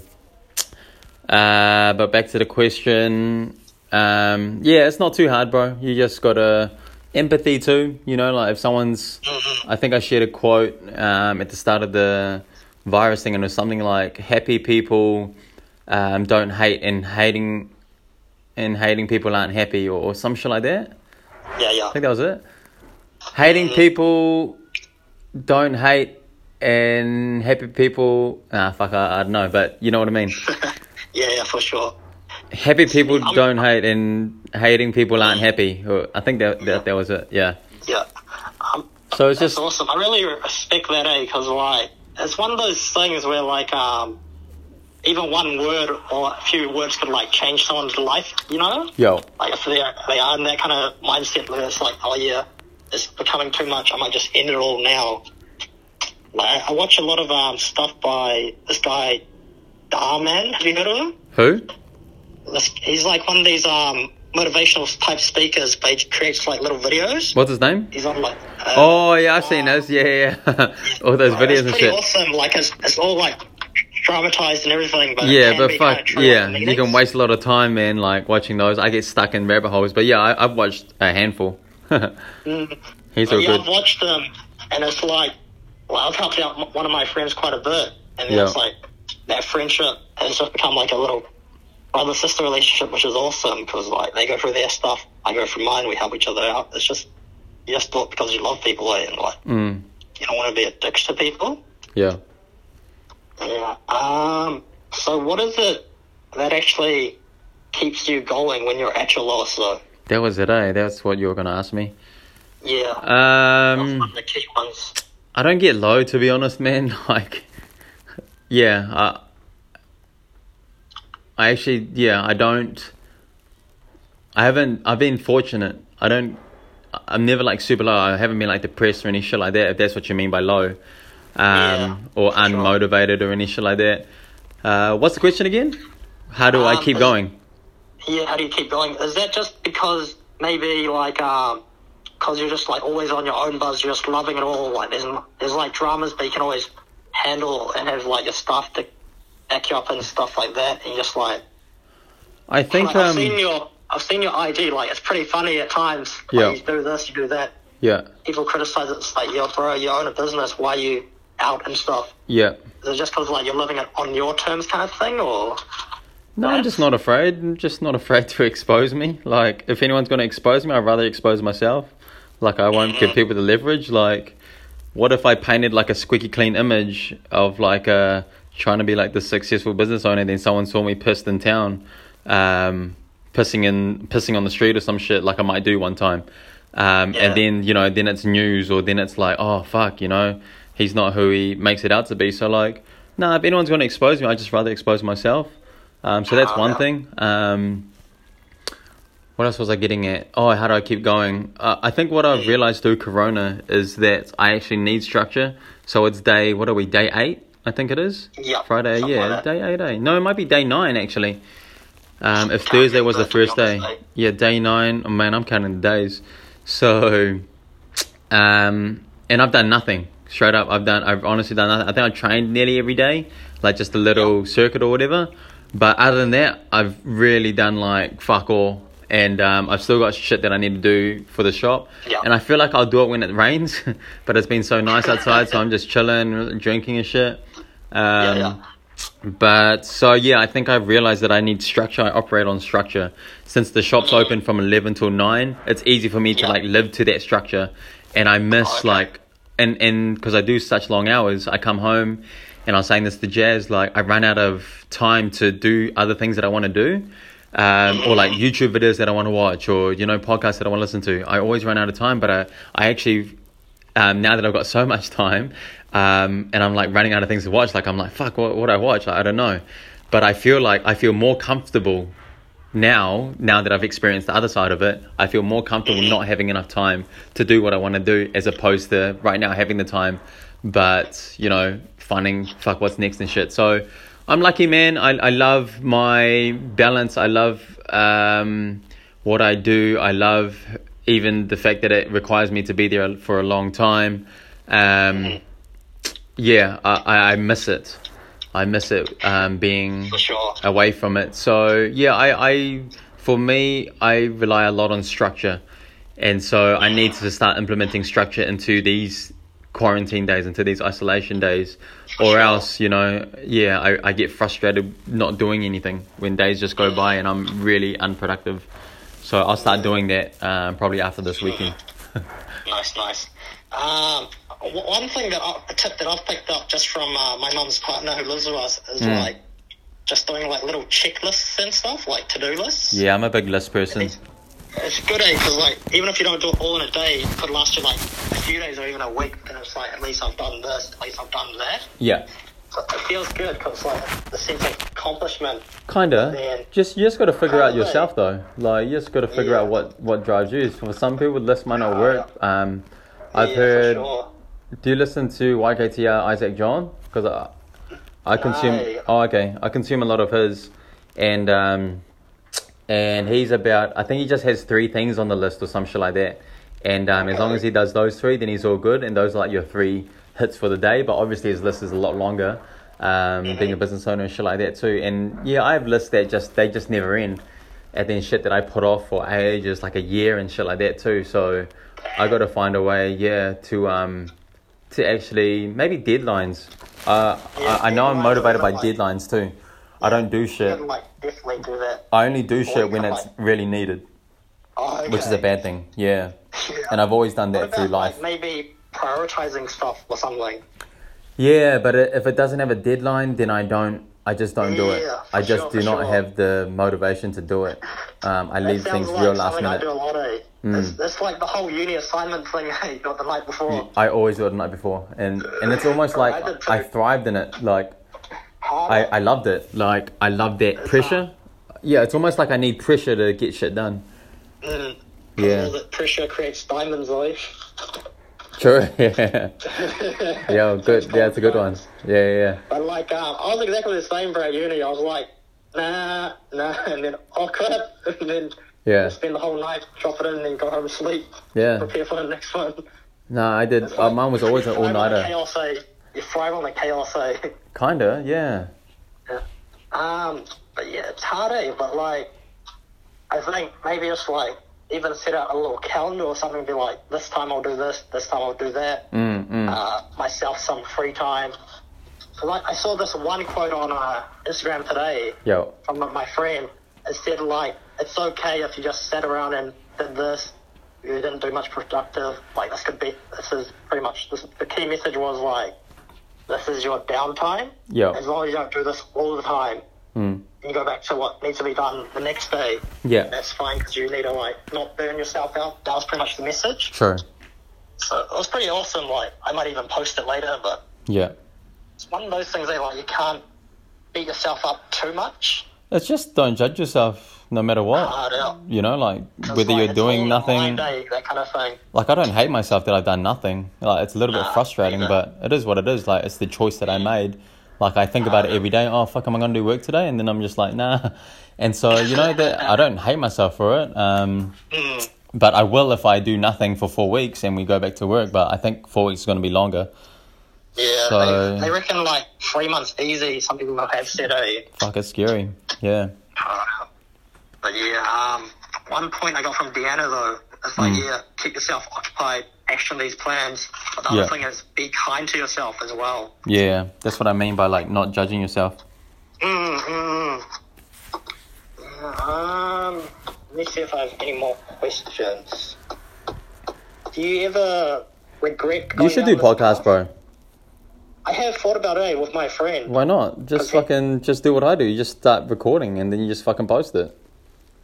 Speaker 1: uh, but back to the question. Um, yeah, it's not too hard, bro. You just gotta empathy too. You know, like if someone's, I think I shared a quote um, at the start of the virus thing, and it was something like, "Happy people um, don't hate, and hating and hating people aren't happy," or, or some shit like that.
Speaker 2: yeah, yeah.
Speaker 1: I think that was it. Hating people don't hate, and happy people. Ah, fuck, I, I don't know, but you know what I mean.
Speaker 2: yeah, yeah, for sure.
Speaker 1: Happy people don't hate, and hating people aren't happy. Or- I think that that, that was it. Yeah.
Speaker 2: Yeah. Um,
Speaker 1: So it's just
Speaker 2: That's awesome. I really respect that, eh? Because like, it's one of those things where like, um, even one word or a few words could like change someone's life. You know?
Speaker 1: yo,
Speaker 2: Like if they are, they are in that kind of mindset where it's like, oh yeah, it's becoming too much. I might just end it all now. Like, I watch a lot of um stuff by this guy, Darman. Have you heard of him?
Speaker 1: who?
Speaker 2: This, he's like one of these um motivational type speakers. But he creates like little videos.
Speaker 1: What's his name?
Speaker 2: He's on like. Uh,
Speaker 1: Oh yeah, I've seen those. Yeah, yeah, yeah. all those
Speaker 2: Like,
Speaker 1: videos
Speaker 2: it's
Speaker 1: and
Speaker 2: pretty
Speaker 1: shit.
Speaker 2: awesome. Like it's, it's all like dramatized and everything. But it
Speaker 1: Yeah,
Speaker 2: can
Speaker 1: but
Speaker 2: be
Speaker 1: fuck,
Speaker 2: kinda true
Speaker 1: yeah,
Speaker 2: in
Speaker 1: you
Speaker 2: meetings.
Speaker 1: can waste a lot of time, man. Like watching those, I get stuck in rabbit holes. But yeah, I, I've watched a handful. He's
Speaker 2: Mm. But
Speaker 1: all
Speaker 2: yeah,
Speaker 1: good.
Speaker 2: I've watched them, and it's like, well, I've helped out m- one of my friends quite a bit, and
Speaker 1: Yeah.
Speaker 2: it's like that friendship has just become like a little brother sister relationship, which is awesome because like they go through their stuff, I go through mine, we help each other out. It's just you just do it because you love people, eh? and like
Speaker 1: Mm,
Speaker 2: you don't want to be a dick to people.
Speaker 1: yeah.
Speaker 2: Yeah. Um. So, what is it that actually keeps you going when you're at your lowest? Though?
Speaker 1: That was it, eh? That's what you were gonna ask me.
Speaker 2: Yeah.
Speaker 1: Um,
Speaker 2: the key ones.
Speaker 1: I don't get low to be honest, man. Like, yeah, I, I actually, yeah, I don't. I haven't. I've been fortunate. I don't. I- I'm never like super low. I haven't been like depressed or any shit like that. If that's what you mean by low, um,
Speaker 2: Yeah,
Speaker 1: or
Speaker 2: sure.
Speaker 1: unmotivated or any shit like that. Uh, what's the question again? How do I
Speaker 2: Um,
Speaker 1: keep
Speaker 2: is-
Speaker 1: going?
Speaker 2: Yeah, how do you keep going? Is that just because maybe like um, because you're just like always on your own buzz, you're just loving it all. Like there's there's like dramas, but you can always handle and have like your staff to back you up and stuff like that, and you just like.
Speaker 1: I think.
Speaker 2: like, I've
Speaker 1: Um,
Speaker 2: seen your I've seen your ID. Like it's pretty funny at times. Like,
Speaker 1: Yeah.
Speaker 2: You do this, you do that.
Speaker 1: yeah.
Speaker 2: People criticize it. It's like, yo, bro, you own a business. Why you out and stuff?
Speaker 1: Yeah.
Speaker 2: Is it just because like you're living it on your terms, kind of thing, or?
Speaker 1: No, I'm just not afraid. I'm just not afraid to expose me. Like, if anyone's going to expose me, I'd rather expose myself. Like I won't give people the leverage. Like, what if I painted like a squeaky clean image of like a trying to be like the successful business owner, then someone saw me pissed in town, um, pissing in pissing on the street or some shit, like I might do one time. Um,
Speaker 2: Yeah.
Speaker 1: And then you know, then it's news, or then it's like, oh fuck, you know, he's not who he makes it out to be. So like, nah, if anyone's going to expose me, I would just rather expose myself. Um, so that's
Speaker 2: Ah,
Speaker 1: one
Speaker 2: yeah.
Speaker 1: thing. Um, what else was I getting at? Oh, how do I keep going? Uh, I think what I've realized through Corona is that I actually need structure. So it's day, what are we, day eight? I think it is.
Speaker 2: Yeah,
Speaker 1: Friday,
Speaker 2: something
Speaker 1: yeah,
Speaker 2: like that.
Speaker 1: day eight, eh? No, it might be day nine actually. Um, if
Speaker 2: Can't
Speaker 1: Thursday was the
Speaker 2: remember,
Speaker 1: first
Speaker 2: to be
Speaker 1: day,
Speaker 2: honest, eh?
Speaker 1: yeah, day nine. Oh man, I'm counting the days. So, um, and I've done nothing straight up. I've done, I've honestly done nothing. I think I trained nearly every day, like just a little circuit or whatever. But other than that, I've really done like fuck all, and um, I've still got shit that I need to do for the shop.
Speaker 2: Yeah.
Speaker 1: And I feel like I'll do it when it rains, but it's been so nice outside, so I'm just chilling, drinking and shit. Um,
Speaker 2: yeah.
Speaker 1: but so yeah, I think I've realized that I need structure. I operate on structure. Since the shop's open from eleven till nine, it's easy for me to
Speaker 2: Yeah. Oh,
Speaker 1: like live to that structure, and I miss
Speaker 2: Okay.
Speaker 1: like and and because I do such long hours, I come home, and I was saying this to Jazz like I run out of time to do other things that I want to do. Um, or like YouTube videos that I want to watch, or you know podcasts that I want to listen to. I always run out of time, but I I actually um, now that I've got so much time, um, and I'm like running out of things to watch, like I'm like, fuck, what, what do I watch? Like, I don't know. But I feel like I feel more comfortable now, now that I've experienced the other side of it. I feel more comfortable not having enough time to do what I want to do as opposed to right now having the time, but you know, finding fuck what's next and shit. So I'm lucky, man. I, I love my balance. I love, um, what I do. I love even the fact that it requires me to be there for a long time. Um,
Speaker 2: Mm-hmm.
Speaker 1: yeah, I, I- I miss it. I miss it um, being
Speaker 2: For sure.
Speaker 1: away from it. So yeah, I, I for me, I rely a lot on structure, and so I need to start implementing structure into these quarantine days, into these isolation days, or
Speaker 2: sure.
Speaker 1: else you know, yeah, I, I get frustrated not doing anything when days just go by and I'm really unproductive. So I'll start doing that um, probably after this weekend.
Speaker 2: Nice, nice. Um, w- one thing that I, a tip that I've picked up just from uh, my mum's partner who lives with us is
Speaker 1: Hmm.
Speaker 2: like just doing like little checklists and stuff, like to do lists.
Speaker 1: Yeah, I'm a big list person.
Speaker 2: It's good, eh? Because like even if you don't do it all in a day, it could last you like a few days or even a week. And it's like at least I've done this, at least I've done that.
Speaker 1: Yeah,
Speaker 2: So it feels good because like the sense of accomplishment.
Speaker 1: kinda.
Speaker 2: Man.
Speaker 1: Just you just got to figure out
Speaker 2: Kinda.
Speaker 1: yourself though. Like you just got to figure
Speaker 2: Yeah.
Speaker 1: out what what drives you. For some people, lists might not work. Um, I've
Speaker 2: yeah,
Speaker 1: heard.
Speaker 2: For sure.
Speaker 1: Do you listen to YKTR Isaac John? Because I, I consume.
Speaker 2: No.
Speaker 1: Oh, okay. I consume a lot of his, and um, and he's about. I think he just has three things on the list or some shit like that. And um, as long as he does those three, then he's all good. And those are like your three hits for the day. But obviously, his list is a lot longer. Um, being a business owner and shit like that too. And yeah, I have lists that just they just never end. And then shit that I put off for ages, like a year and shit like that too. So I got to find a way, yeah, to um, to actually maybe deadlines. Uh,
Speaker 2: Yeah,
Speaker 1: I, I know I'm
Speaker 2: deadlines
Speaker 1: motivated by
Speaker 2: are like-
Speaker 1: deadlines too. I don't do
Speaker 2: You
Speaker 1: shit.
Speaker 2: can like definitely do that.
Speaker 1: I only do shit
Speaker 2: Always
Speaker 1: when
Speaker 2: have,
Speaker 1: it's
Speaker 2: like-
Speaker 1: really needed,
Speaker 2: Oh, okay.
Speaker 1: which is a bad thing. Yeah,
Speaker 2: Yeah.
Speaker 1: and I've always done
Speaker 2: What
Speaker 1: that through
Speaker 2: about, like,
Speaker 1: life.
Speaker 2: maybe prioritizing stuff or something.
Speaker 1: Yeah, but i- if it doesn't have a deadline, then I don't. I just don't do it.
Speaker 2: Yeah,
Speaker 1: I
Speaker 2: for
Speaker 1: just
Speaker 2: sure,
Speaker 1: do
Speaker 2: for
Speaker 1: not
Speaker 2: sure.
Speaker 1: have the motivation to do it. Um, I leave
Speaker 2: That sounds
Speaker 1: things real
Speaker 2: like
Speaker 1: last
Speaker 2: something I do a
Speaker 1: minute. Hmm.
Speaker 2: lot, eh? It's, it's like the whole uni assignment thing, eh? Got the night before.
Speaker 1: I always do it the night before, and and it's almost
Speaker 2: Bro, I
Speaker 1: like
Speaker 2: did
Speaker 1: I
Speaker 2: too.
Speaker 1: thrived in it. Like
Speaker 2: Hard.
Speaker 1: I, I loved it. Like I loved that pressure. Yeah, it's almost like I need pressure to get shit done.
Speaker 2: Mm. All
Speaker 1: Yeah.
Speaker 2: that pressure creates diamonds, eh?
Speaker 1: True. Yeah. yeah. oh, Good. Yeah, it's a good one. Yeah. Yeah. yeah.
Speaker 2: But like, um, I was exactly the same, bro, at uni. I was like, nah, nah, and then I quit, and then
Speaker 1: Yeah.
Speaker 2: spend the whole night, drop it in, and then go home and sleep.
Speaker 1: Yeah.
Speaker 2: Prepare for the next one.
Speaker 1: No, I did. Uh, mine was always an all
Speaker 2: Thrive on the
Speaker 1: nighter.
Speaker 2: Chaos, eh? You thrive on the chaos, eh?
Speaker 1: Kinda. Yeah.
Speaker 2: Um, but yeah, it's hard, eh? But like, I think maybe it's like even set out a little calendar or something. Be like, this time I'll do this, this time I'll do that.
Speaker 1: Mm. mm.
Speaker 2: Uh, myself some free time. So like, I saw this one quote on uh, Instagram today
Speaker 1: Yo.
Speaker 2: from my friend. It said like, it's okay if you just sat around and did this, you didn't do much productive. Like this could be this is pretty much this, the key message was like this is your downtime.
Speaker 1: Yeah.
Speaker 2: As long as you don't do this all the time,
Speaker 1: Mm.
Speaker 2: you go back to what needs to be done the next day.
Speaker 1: Yeah.
Speaker 2: That's fine because you need to like not burn yourself out. That was pretty much the message.
Speaker 1: True.
Speaker 2: So it was pretty awesome. Like I might even post it later, but
Speaker 1: Yeah.
Speaker 2: it's one of those things that like you can't beat yourself up too much.
Speaker 1: It's just don't judge yourself no matter what.
Speaker 2: Hard out.
Speaker 1: You know, like
Speaker 2: 'Cause,
Speaker 1: whether
Speaker 2: like,
Speaker 1: you're
Speaker 2: it's
Speaker 1: doing
Speaker 2: all
Speaker 1: nothing.
Speaker 2: online Day, that kind of thing.
Speaker 1: Like I don't hate myself that I've done nothing. Like it's a little bit
Speaker 2: Nah,
Speaker 1: frustrating,
Speaker 2: neither. Mm.
Speaker 1: but it is what it is. Like it's the choice that I made. Like I think about it every day. Oh fuck, am I gonna do work today? And then I'm just like, nah. And so you know that I don't hate myself for it. Um,
Speaker 2: Mm.
Speaker 1: but I will if I do nothing for four weeks and we go back to work. But I think four weeks is gonna be longer.
Speaker 2: Yeah,
Speaker 1: So-
Speaker 2: they, they reckon like three months easy. Some people have said, eh?
Speaker 1: Fuck, it's scary. Yeah.
Speaker 2: Uh, but yeah, um, one point I got from Deanna though is like,
Speaker 1: Mm.
Speaker 2: yeah, keep yourself occupied, action these plans. But the
Speaker 1: Yeah.
Speaker 2: other thing is be kind to yourself as well.
Speaker 1: Yeah. That's what I mean by like not judging yourself.
Speaker 2: Mm, mm. Yeah, Um, let me see if I have any more questions. Do you ever regret?
Speaker 1: You
Speaker 2: going
Speaker 1: should
Speaker 2: out
Speaker 1: do
Speaker 2: with-
Speaker 1: podcasts, bro.
Speaker 2: I have thought about it eh, with my friend.
Speaker 1: Why not? Just
Speaker 2: Okay.
Speaker 1: fucking just do what I do. You just start recording and then you just fucking post it.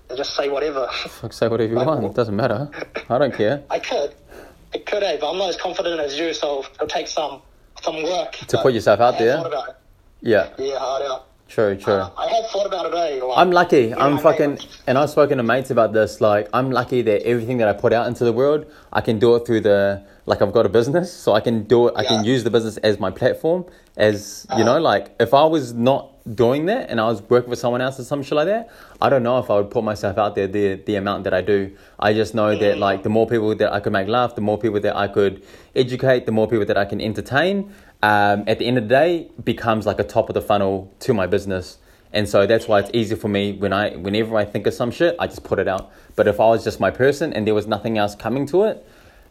Speaker 2: and Just say whatever.
Speaker 1: Fuck, say whatever you want. It doesn't matter. I don't care.
Speaker 2: I could. I could have. I'm not as confident as you, so it'll take some some work.
Speaker 1: To put yourself out
Speaker 2: I have thought
Speaker 1: there.
Speaker 2: about it.
Speaker 1: Yeah,
Speaker 2: Yeah, hard out.
Speaker 1: true, true.
Speaker 2: I have thought about it. Eh? Like,
Speaker 1: I'm lucky. I'm
Speaker 2: I
Speaker 1: fucking,
Speaker 2: think-
Speaker 1: and I've spoken to mates about this. Like, I'm lucky that everything that I put out into the world, I can do it through the, like, I've got a business, so I can do it. I can
Speaker 2: Yeah.
Speaker 1: use the business as my platform, as you know, like, if I was not doing that and I was working for someone else or some shit like that, I don't know if I would put myself out there the the amount that I do. I just know that like the more people that I could make laugh, the more people that I could educate, the more people that I can entertain. Um, at the end of the day, becomes like a top of the funnel to my business. And so that's why it's easy for me when I whenever I think of some shit, I just put it out. But if I was just my person and there was nothing else coming to it,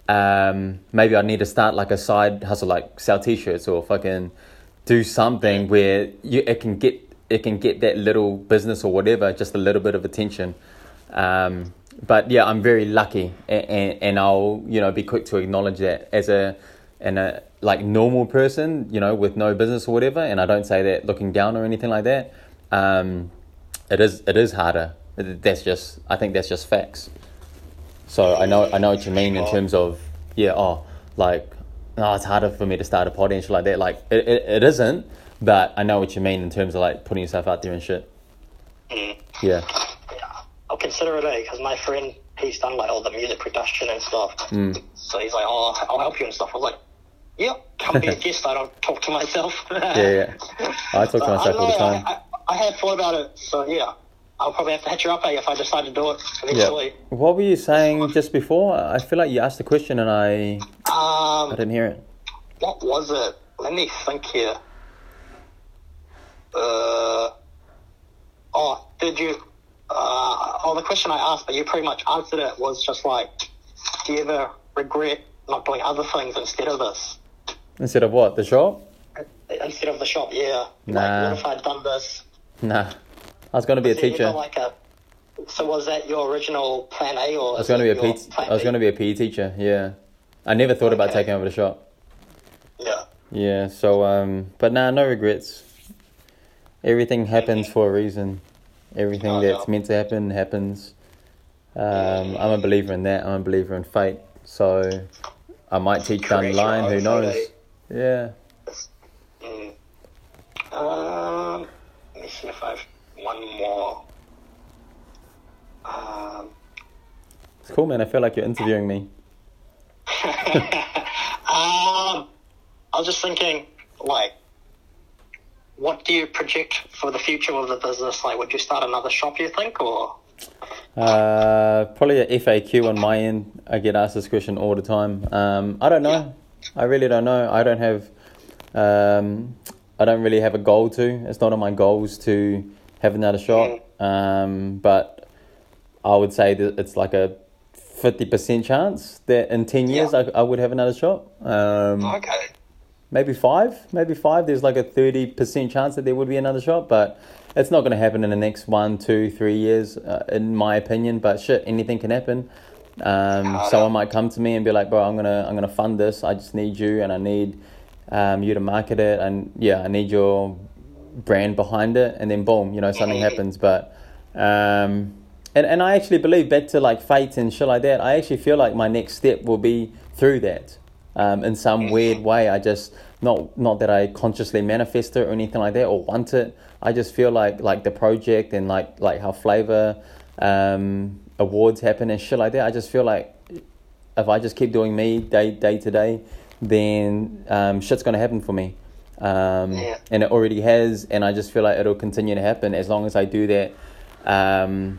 Speaker 1: um, maybe I need to start like a side hustle, like sell t-shirts or fucking do something where you it can get it can get that little business or whatever just a little bit of attention. Um, but yeah, I'm very lucky, and, and, and I'll you know be quick to acknowledge that as a and a like normal person, you know, with no business or whatever. And I don't say that looking down or anything like that. Um, it is it is harder. That's just I think that's just facts. So I know I know what you mean in terms of yeah oh like no it's harder for me to start a pod and shit like that like it, it, it isn't but I know what you mean in terms of like putting yourself out there and shit
Speaker 2: Mm.
Speaker 1: yeah
Speaker 2: Yeah, I'll consider it, eh? Because my friend, he's done like all the music production and stuff.
Speaker 1: Mm.
Speaker 2: So he's like, oh, I'll help you and stuff. I was like, yeah, come be a guest. I don't talk to myself.
Speaker 1: yeah yeah I talk to
Speaker 2: But Uh, I
Speaker 1: myself all the
Speaker 2: don't know,
Speaker 1: time
Speaker 2: I, I, I have thought about it, so yeah, I'll probably have to hit you up eh, if I decide to do it
Speaker 1: yeah
Speaker 2: eventually.
Speaker 1: what were you saying just before I feel like you asked the question and I I
Speaker 2: Um,
Speaker 1: didn't hear it
Speaker 2: what was it? Let me think here. Uh, oh, did you? Uh, oh, the question I asked, but you pretty much answered it. Was just like, do you ever regret not doing other things instead of this,
Speaker 1: instead of what the shop
Speaker 2: instead of the shop? Yeah.
Speaker 1: Nah.
Speaker 2: Like, what if I'd done this?
Speaker 1: nah I was gonna be a
Speaker 2: Did you
Speaker 1: teacher
Speaker 2: ever, Like a, so was that your original plan A, or
Speaker 1: I was gonna be a
Speaker 2: your
Speaker 1: P- I was gonna be a PE teacher yeah I never thought about
Speaker 2: Okay.
Speaker 1: taking over the shop.
Speaker 2: Yeah.
Speaker 1: Yeah, so um but nah, no regrets. Everything happens for a reason. Everything
Speaker 2: Oh,
Speaker 1: that's
Speaker 2: no.
Speaker 1: meant to happen happens. Um I'm a believer in that. I'm a believer in fate. So I might teach down the
Speaker 2: Create your
Speaker 1: line, who
Speaker 2: own
Speaker 1: knows?
Speaker 2: fate.
Speaker 1: Yeah.
Speaker 2: Mm. Um, let me see if I have one more. Um,
Speaker 1: It's cool man, I feel like you're interviewing me.
Speaker 2: um, I was just thinking, like, what do you project for the future of the business? Like, would you start another shop, you think, or?
Speaker 1: Uh probably a FAQ on my end. I get asked this question all the time. Um I don't know. I really don't know. I don't have Um, I don't really have a goal to. It's not on my goals to have another shot. Um, but I would say that it's like a fifty percent chance that in ten years
Speaker 2: Yeah.
Speaker 1: I, I would have another shot. Um,
Speaker 2: Okay.
Speaker 1: maybe five, maybe five. There's like a thirty percent chance that there would be another shot, but it's not going to happen in the next one, two, three years, uh, in my opinion. But shit, anything can happen. Um,
Speaker 2: Oh,
Speaker 1: someone might come to me and be like, "Bro, I'm gonna I'm gonna fund this. I just need you, and I need um, you to market it, and yeah, I need your brand behind it." And then boom, you know, something happens. But um, and and I actually believe back to like fate and shit like that. I actually feel like my next step will be through that, um, in some weird way. I just not not that I consciously manifest it or anything like that or want it. I just feel like like the project and like like how flavor um, awards happen and shit like that. I just feel like if I just keep doing me day day to day, then um, shit's gonna happen for me. Um,
Speaker 2: Yeah.
Speaker 1: And it already has, and I just feel like it'll continue to happen as long as I do that. Um,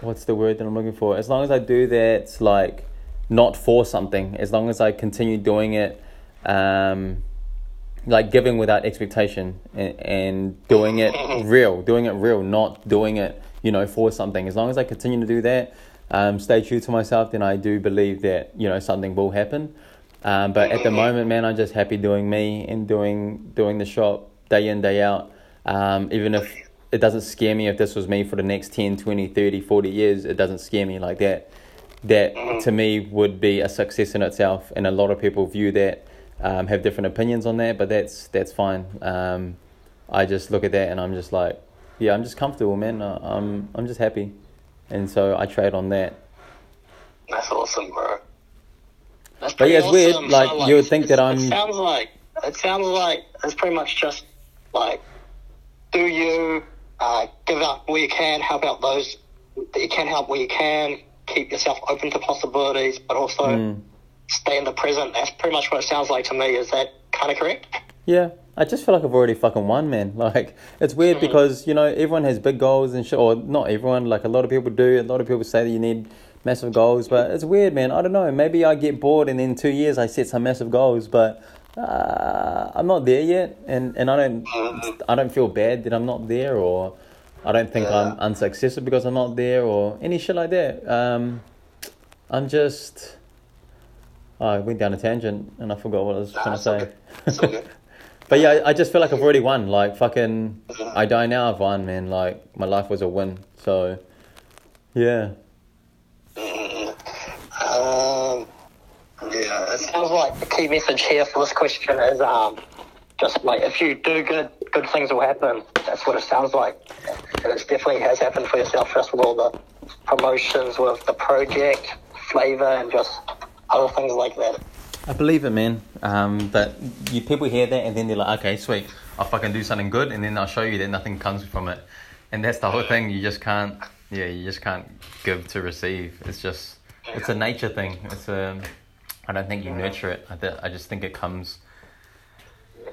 Speaker 1: what's the word that I'm looking for? As long as I do that, like not for something. As long as I continue doing it, um, like giving without expectation and, and doing it real, doing it real, not doing it, you know, for something. As long as I continue to do that, um, stay true to myself, then I do believe that, you know, something will happen. Um, but at the moment, man, I'm just happy doing me and doing doing the shop day in, day out. Um, even if it doesn't scare me if this was me for the next 10, 20, 30, 40 years, it doesn't scare me like that that to me would be a success in itself and a lot of people view that um, have different opinions on that but that's that's fine um, i just look at that and i'm just like yeah i'm just comfortable man I- i'm i'm just happy and so i trade on that
Speaker 2: That's awesome, bro. That's
Speaker 1: But yeah,
Speaker 2: pretty
Speaker 1: it's weird,
Speaker 2: awesome.
Speaker 1: like,
Speaker 2: So,
Speaker 1: you would think that
Speaker 2: it-
Speaker 1: I'm-
Speaker 2: It sounds like it sounds like it's pretty much just like do you uh, give up where you can, help out those that you can help where you can, keep yourself open to possibilities, but also
Speaker 1: Hmm.
Speaker 2: stay in the present. That's pretty much what it sounds like to me. Is that kind of correct?
Speaker 1: Yeah, I just feel like I've already fucking won, man. Like it's weird because you know everyone has big goals and shit, or not everyone. Like a lot of people do. A lot of people say that you need massive goals, but it's weird, man. I don't know. Maybe I get bored, and in two years I set some massive goals, but uh, I'm not there yet, and and I don't I don't feel bad that I'm not there, or I don't think I'm unsuccessful because I'm not there, or any shit like that. Um, I'm just. Oh, I went down a tangent and I forgot what I was trying to
Speaker 2: it's
Speaker 1: say.
Speaker 2: all good. It's all good.
Speaker 1: But yeah, I, I just feel like I've already won. Like fucking, I die now. I've won, man. Like my life was a win. So, yeah,
Speaker 2: Um, yeah, it sounds like the key message here for this question is um, just like if you do good, good things will happen. That's what it sounds like. And it definitely has happened for yourself just with all the promotions, with the project, flavour, and just other things like that.
Speaker 1: I believe it, man. Um, but you people hear that and then they're like, okay, sweet, I'll fucking do something good, and then I'll show you that nothing comes from it, and that's the whole thing. You just can't, yeah, you just can't give to receive. It's just, it's a nature thing. It's a, I don't think you nurture it. I, th- I just think it comes.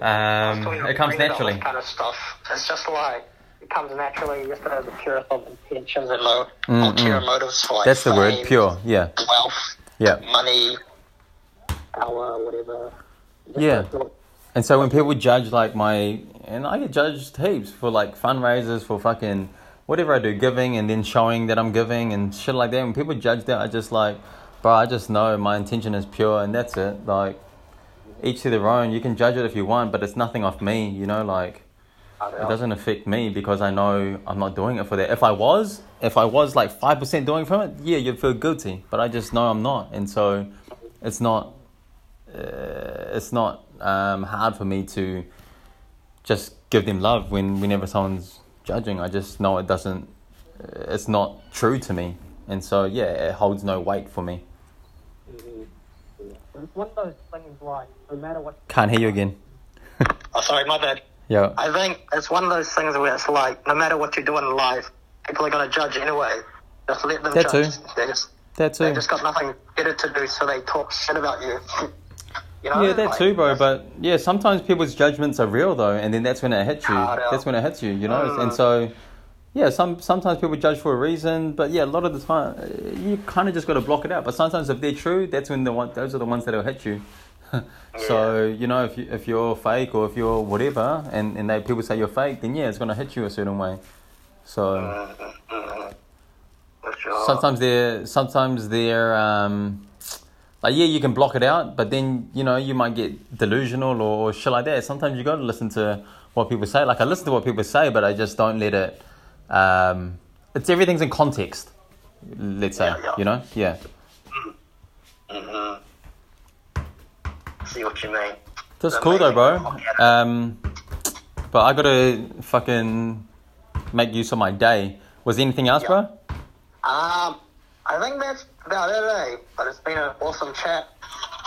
Speaker 1: Um, it comes naturally.
Speaker 2: kind of stuff. It's just like it comes naturally. You just have the purest of intentions and low, ulterior motives. For, like,
Speaker 1: Mm, That's the word,
Speaker 2: fame,
Speaker 1: pure. Yeah,
Speaker 2: Wealth,
Speaker 1: yeah.
Speaker 2: money, power, whatever.
Speaker 1: Yeah. And so when people judge like my and I get judged heaps for like fundraisers for fucking whatever I do giving and then showing that I'm giving and shit like that. When people judge that I just like bro, I just know my intention is pure and that's it. Like each to their own. You can judge it if you want, but it's nothing off me, you know, like it doesn't affect me because I know I'm not doing it for that. If I was, if I was like five percent doing from it, yeah, you'd feel guilty. But I just know I'm not, and so it's not, uh, it's not um, hard for me to just give them love when whenever someone's judging. I just know it doesn't, uh, it's not true to me, and so yeah, it holds no weight for me.
Speaker 2: It's one of those things like, no matter what.
Speaker 1: Can't hear you again.
Speaker 2: Oh, sorry, my bad.
Speaker 1: Yeah.
Speaker 2: I think it's one of those things where it's like, no matter what you do in life, people are going to judge anyway. Just let them
Speaker 1: That
Speaker 2: judge.
Speaker 1: too.
Speaker 2: They just,
Speaker 1: That
Speaker 2: they
Speaker 1: too.
Speaker 2: just got nothing better to do, so they talk shit about you. you know?
Speaker 1: Yeah, that
Speaker 2: Like,
Speaker 1: too, bro. But yeah, sometimes people's judgments are real though, and then that's when it hits you.
Speaker 2: Ah, yeah.
Speaker 1: That's when it hits you, you know.
Speaker 2: Mm.
Speaker 1: And so, yeah, some sometimes people judge for a reason, but yeah, a lot of the time uh, you kind of just got to block it out. But sometimes if they're true, that's when the one those are the ones that'll hit you. so you know, if you if you're fake or if you're whatever, and and they people say you're fake, then yeah, it's gonna hit you a certain way. So
Speaker 2: Mm. mm-hmm, for sure.
Speaker 1: sometimes they're sometimes they're um like yeah you can block it out but then you know you might get delusional or, or shit like that sometimes you gotta listen to what people say like i listen to what people say but i just don't let it um it's everything's in context let's say,
Speaker 2: Yeah, yeah.
Speaker 1: you know? Yeah.
Speaker 2: hmm See what you mean.
Speaker 1: That's
Speaker 2: That
Speaker 1: cool though, bro.
Speaker 2: makes me feel happy.
Speaker 1: Um, but I gotta fucking make use of my day. Was there anything else, bro?
Speaker 2: Um, I think that's about it, eh? But it's been an awesome chat.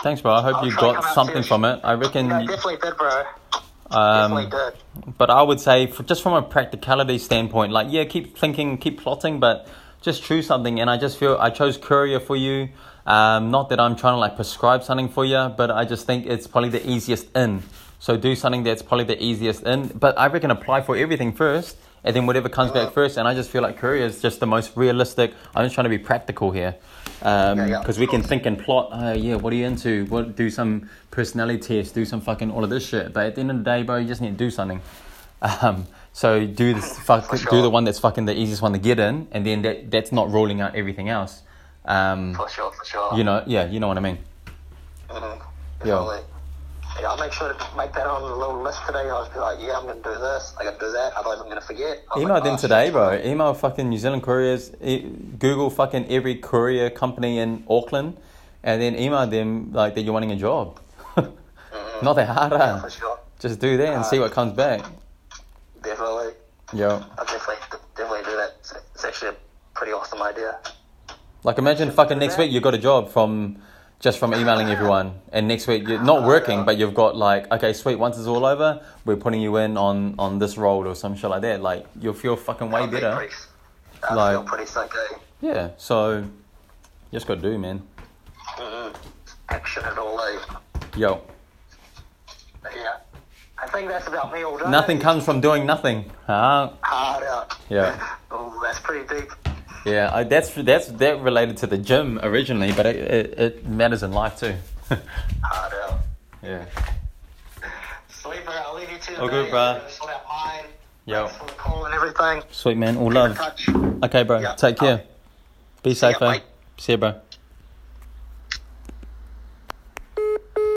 Speaker 1: Thanks, bro. I hope
Speaker 2: I'll
Speaker 1: you
Speaker 2: try to
Speaker 1: got
Speaker 2: come out
Speaker 1: something
Speaker 2: soon.
Speaker 1: from it. I reckon.
Speaker 2: No, definitely did, bro. Definitely
Speaker 1: Um,
Speaker 2: did.
Speaker 1: but I would say, for, just from a practicality standpoint, like yeah, keep thinking, keep plotting, but just choose something. And I just feel I chose courier for you. Um, not that I'm trying to like prescribe something for you, but I just think it's probably the easiest in. So do something that's probably the easiest in. But I reckon apply for everything first, and then whatever comes back first. And I just feel like courier is just the most realistic. I'm just trying to be practical here. Um,
Speaker 2: Yeah, yeah.
Speaker 1: because we can think and plot. Oh yeah, what are you into? What do some personality tests? Do some fucking all of this shit. But at the end of the day, bro, you just need to do something. Um, so do this fuck, do
Speaker 2: sure.
Speaker 1: the one that's fucking the easiest one to get in, and then that that's not ruling out everything else. Um,
Speaker 2: For sure, for sure.
Speaker 1: you know, yeah, you know what I mean.
Speaker 2: Mhm,
Speaker 1: Yeah.
Speaker 2: definitely. Yeah, I'll make sure to make that on the little list today. I'll just be like, yeah, I'm going to do this. I got to do that. Otherwise, I'm going to forget. I'm
Speaker 1: Email
Speaker 2: like,
Speaker 1: them
Speaker 2: oh,
Speaker 1: today,
Speaker 2: shit.
Speaker 1: bro. Email fucking New Zealand couriers. E- Google fucking every courier company in Auckland, and then email them like that you're wanting a job. not that hard,
Speaker 2: Yeah,
Speaker 1: huh?
Speaker 2: for sure.
Speaker 1: Just do that and see what comes back.
Speaker 2: Definitely.
Speaker 1: Yo.
Speaker 2: I'll definitely, definitely do that. It's, it's actually a pretty awesome idea.
Speaker 1: Like imagine fucking next week you got a job from just from emailing everyone, and next week you're not working, but you've got like okay, sweet. Once it's all over, we're putting you in on on this role or some shit like that. Like you'll feel fucking way
Speaker 2: I'll be
Speaker 1: better.
Speaker 2: pretty- I
Speaker 1: Like-
Speaker 2: feel pretty sick, eh?
Speaker 1: Yeah. So you just gotta do, man.
Speaker 2: Mhm. Action at all, eh?
Speaker 1: Yo,
Speaker 2: Yeah. I think that's about me all done.
Speaker 1: nothing comes from doing nothing. Huh?
Speaker 2: Hard out.
Speaker 1: Yeah.
Speaker 2: Oh, that's pretty deep.
Speaker 1: Yeah. I, that's that's that related to the gym originally, but it it, it matters in life too.
Speaker 2: Hard out.
Speaker 1: yeah.
Speaker 2: Sleeper, I'll leave you to
Speaker 1: All
Speaker 2: it,
Speaker 1: good,
Speaker 2: mate.
Speaker 1: bruh.
Speaker 2: Just let mine.
Speaker 1: Yo.
Speaker 2: Thanks for the call and everything.
Speaker 1: Sweet man. All love.
Speaker 2: Touch.
Speaker 1: Okay, bro.
Speaker 2: Yeah.
Speaker 1: Take care. Be
Speaker 2: ya,
Speaker 1: safe, eh?
Speaker 2: mate.
Speaker 1: See you, bro.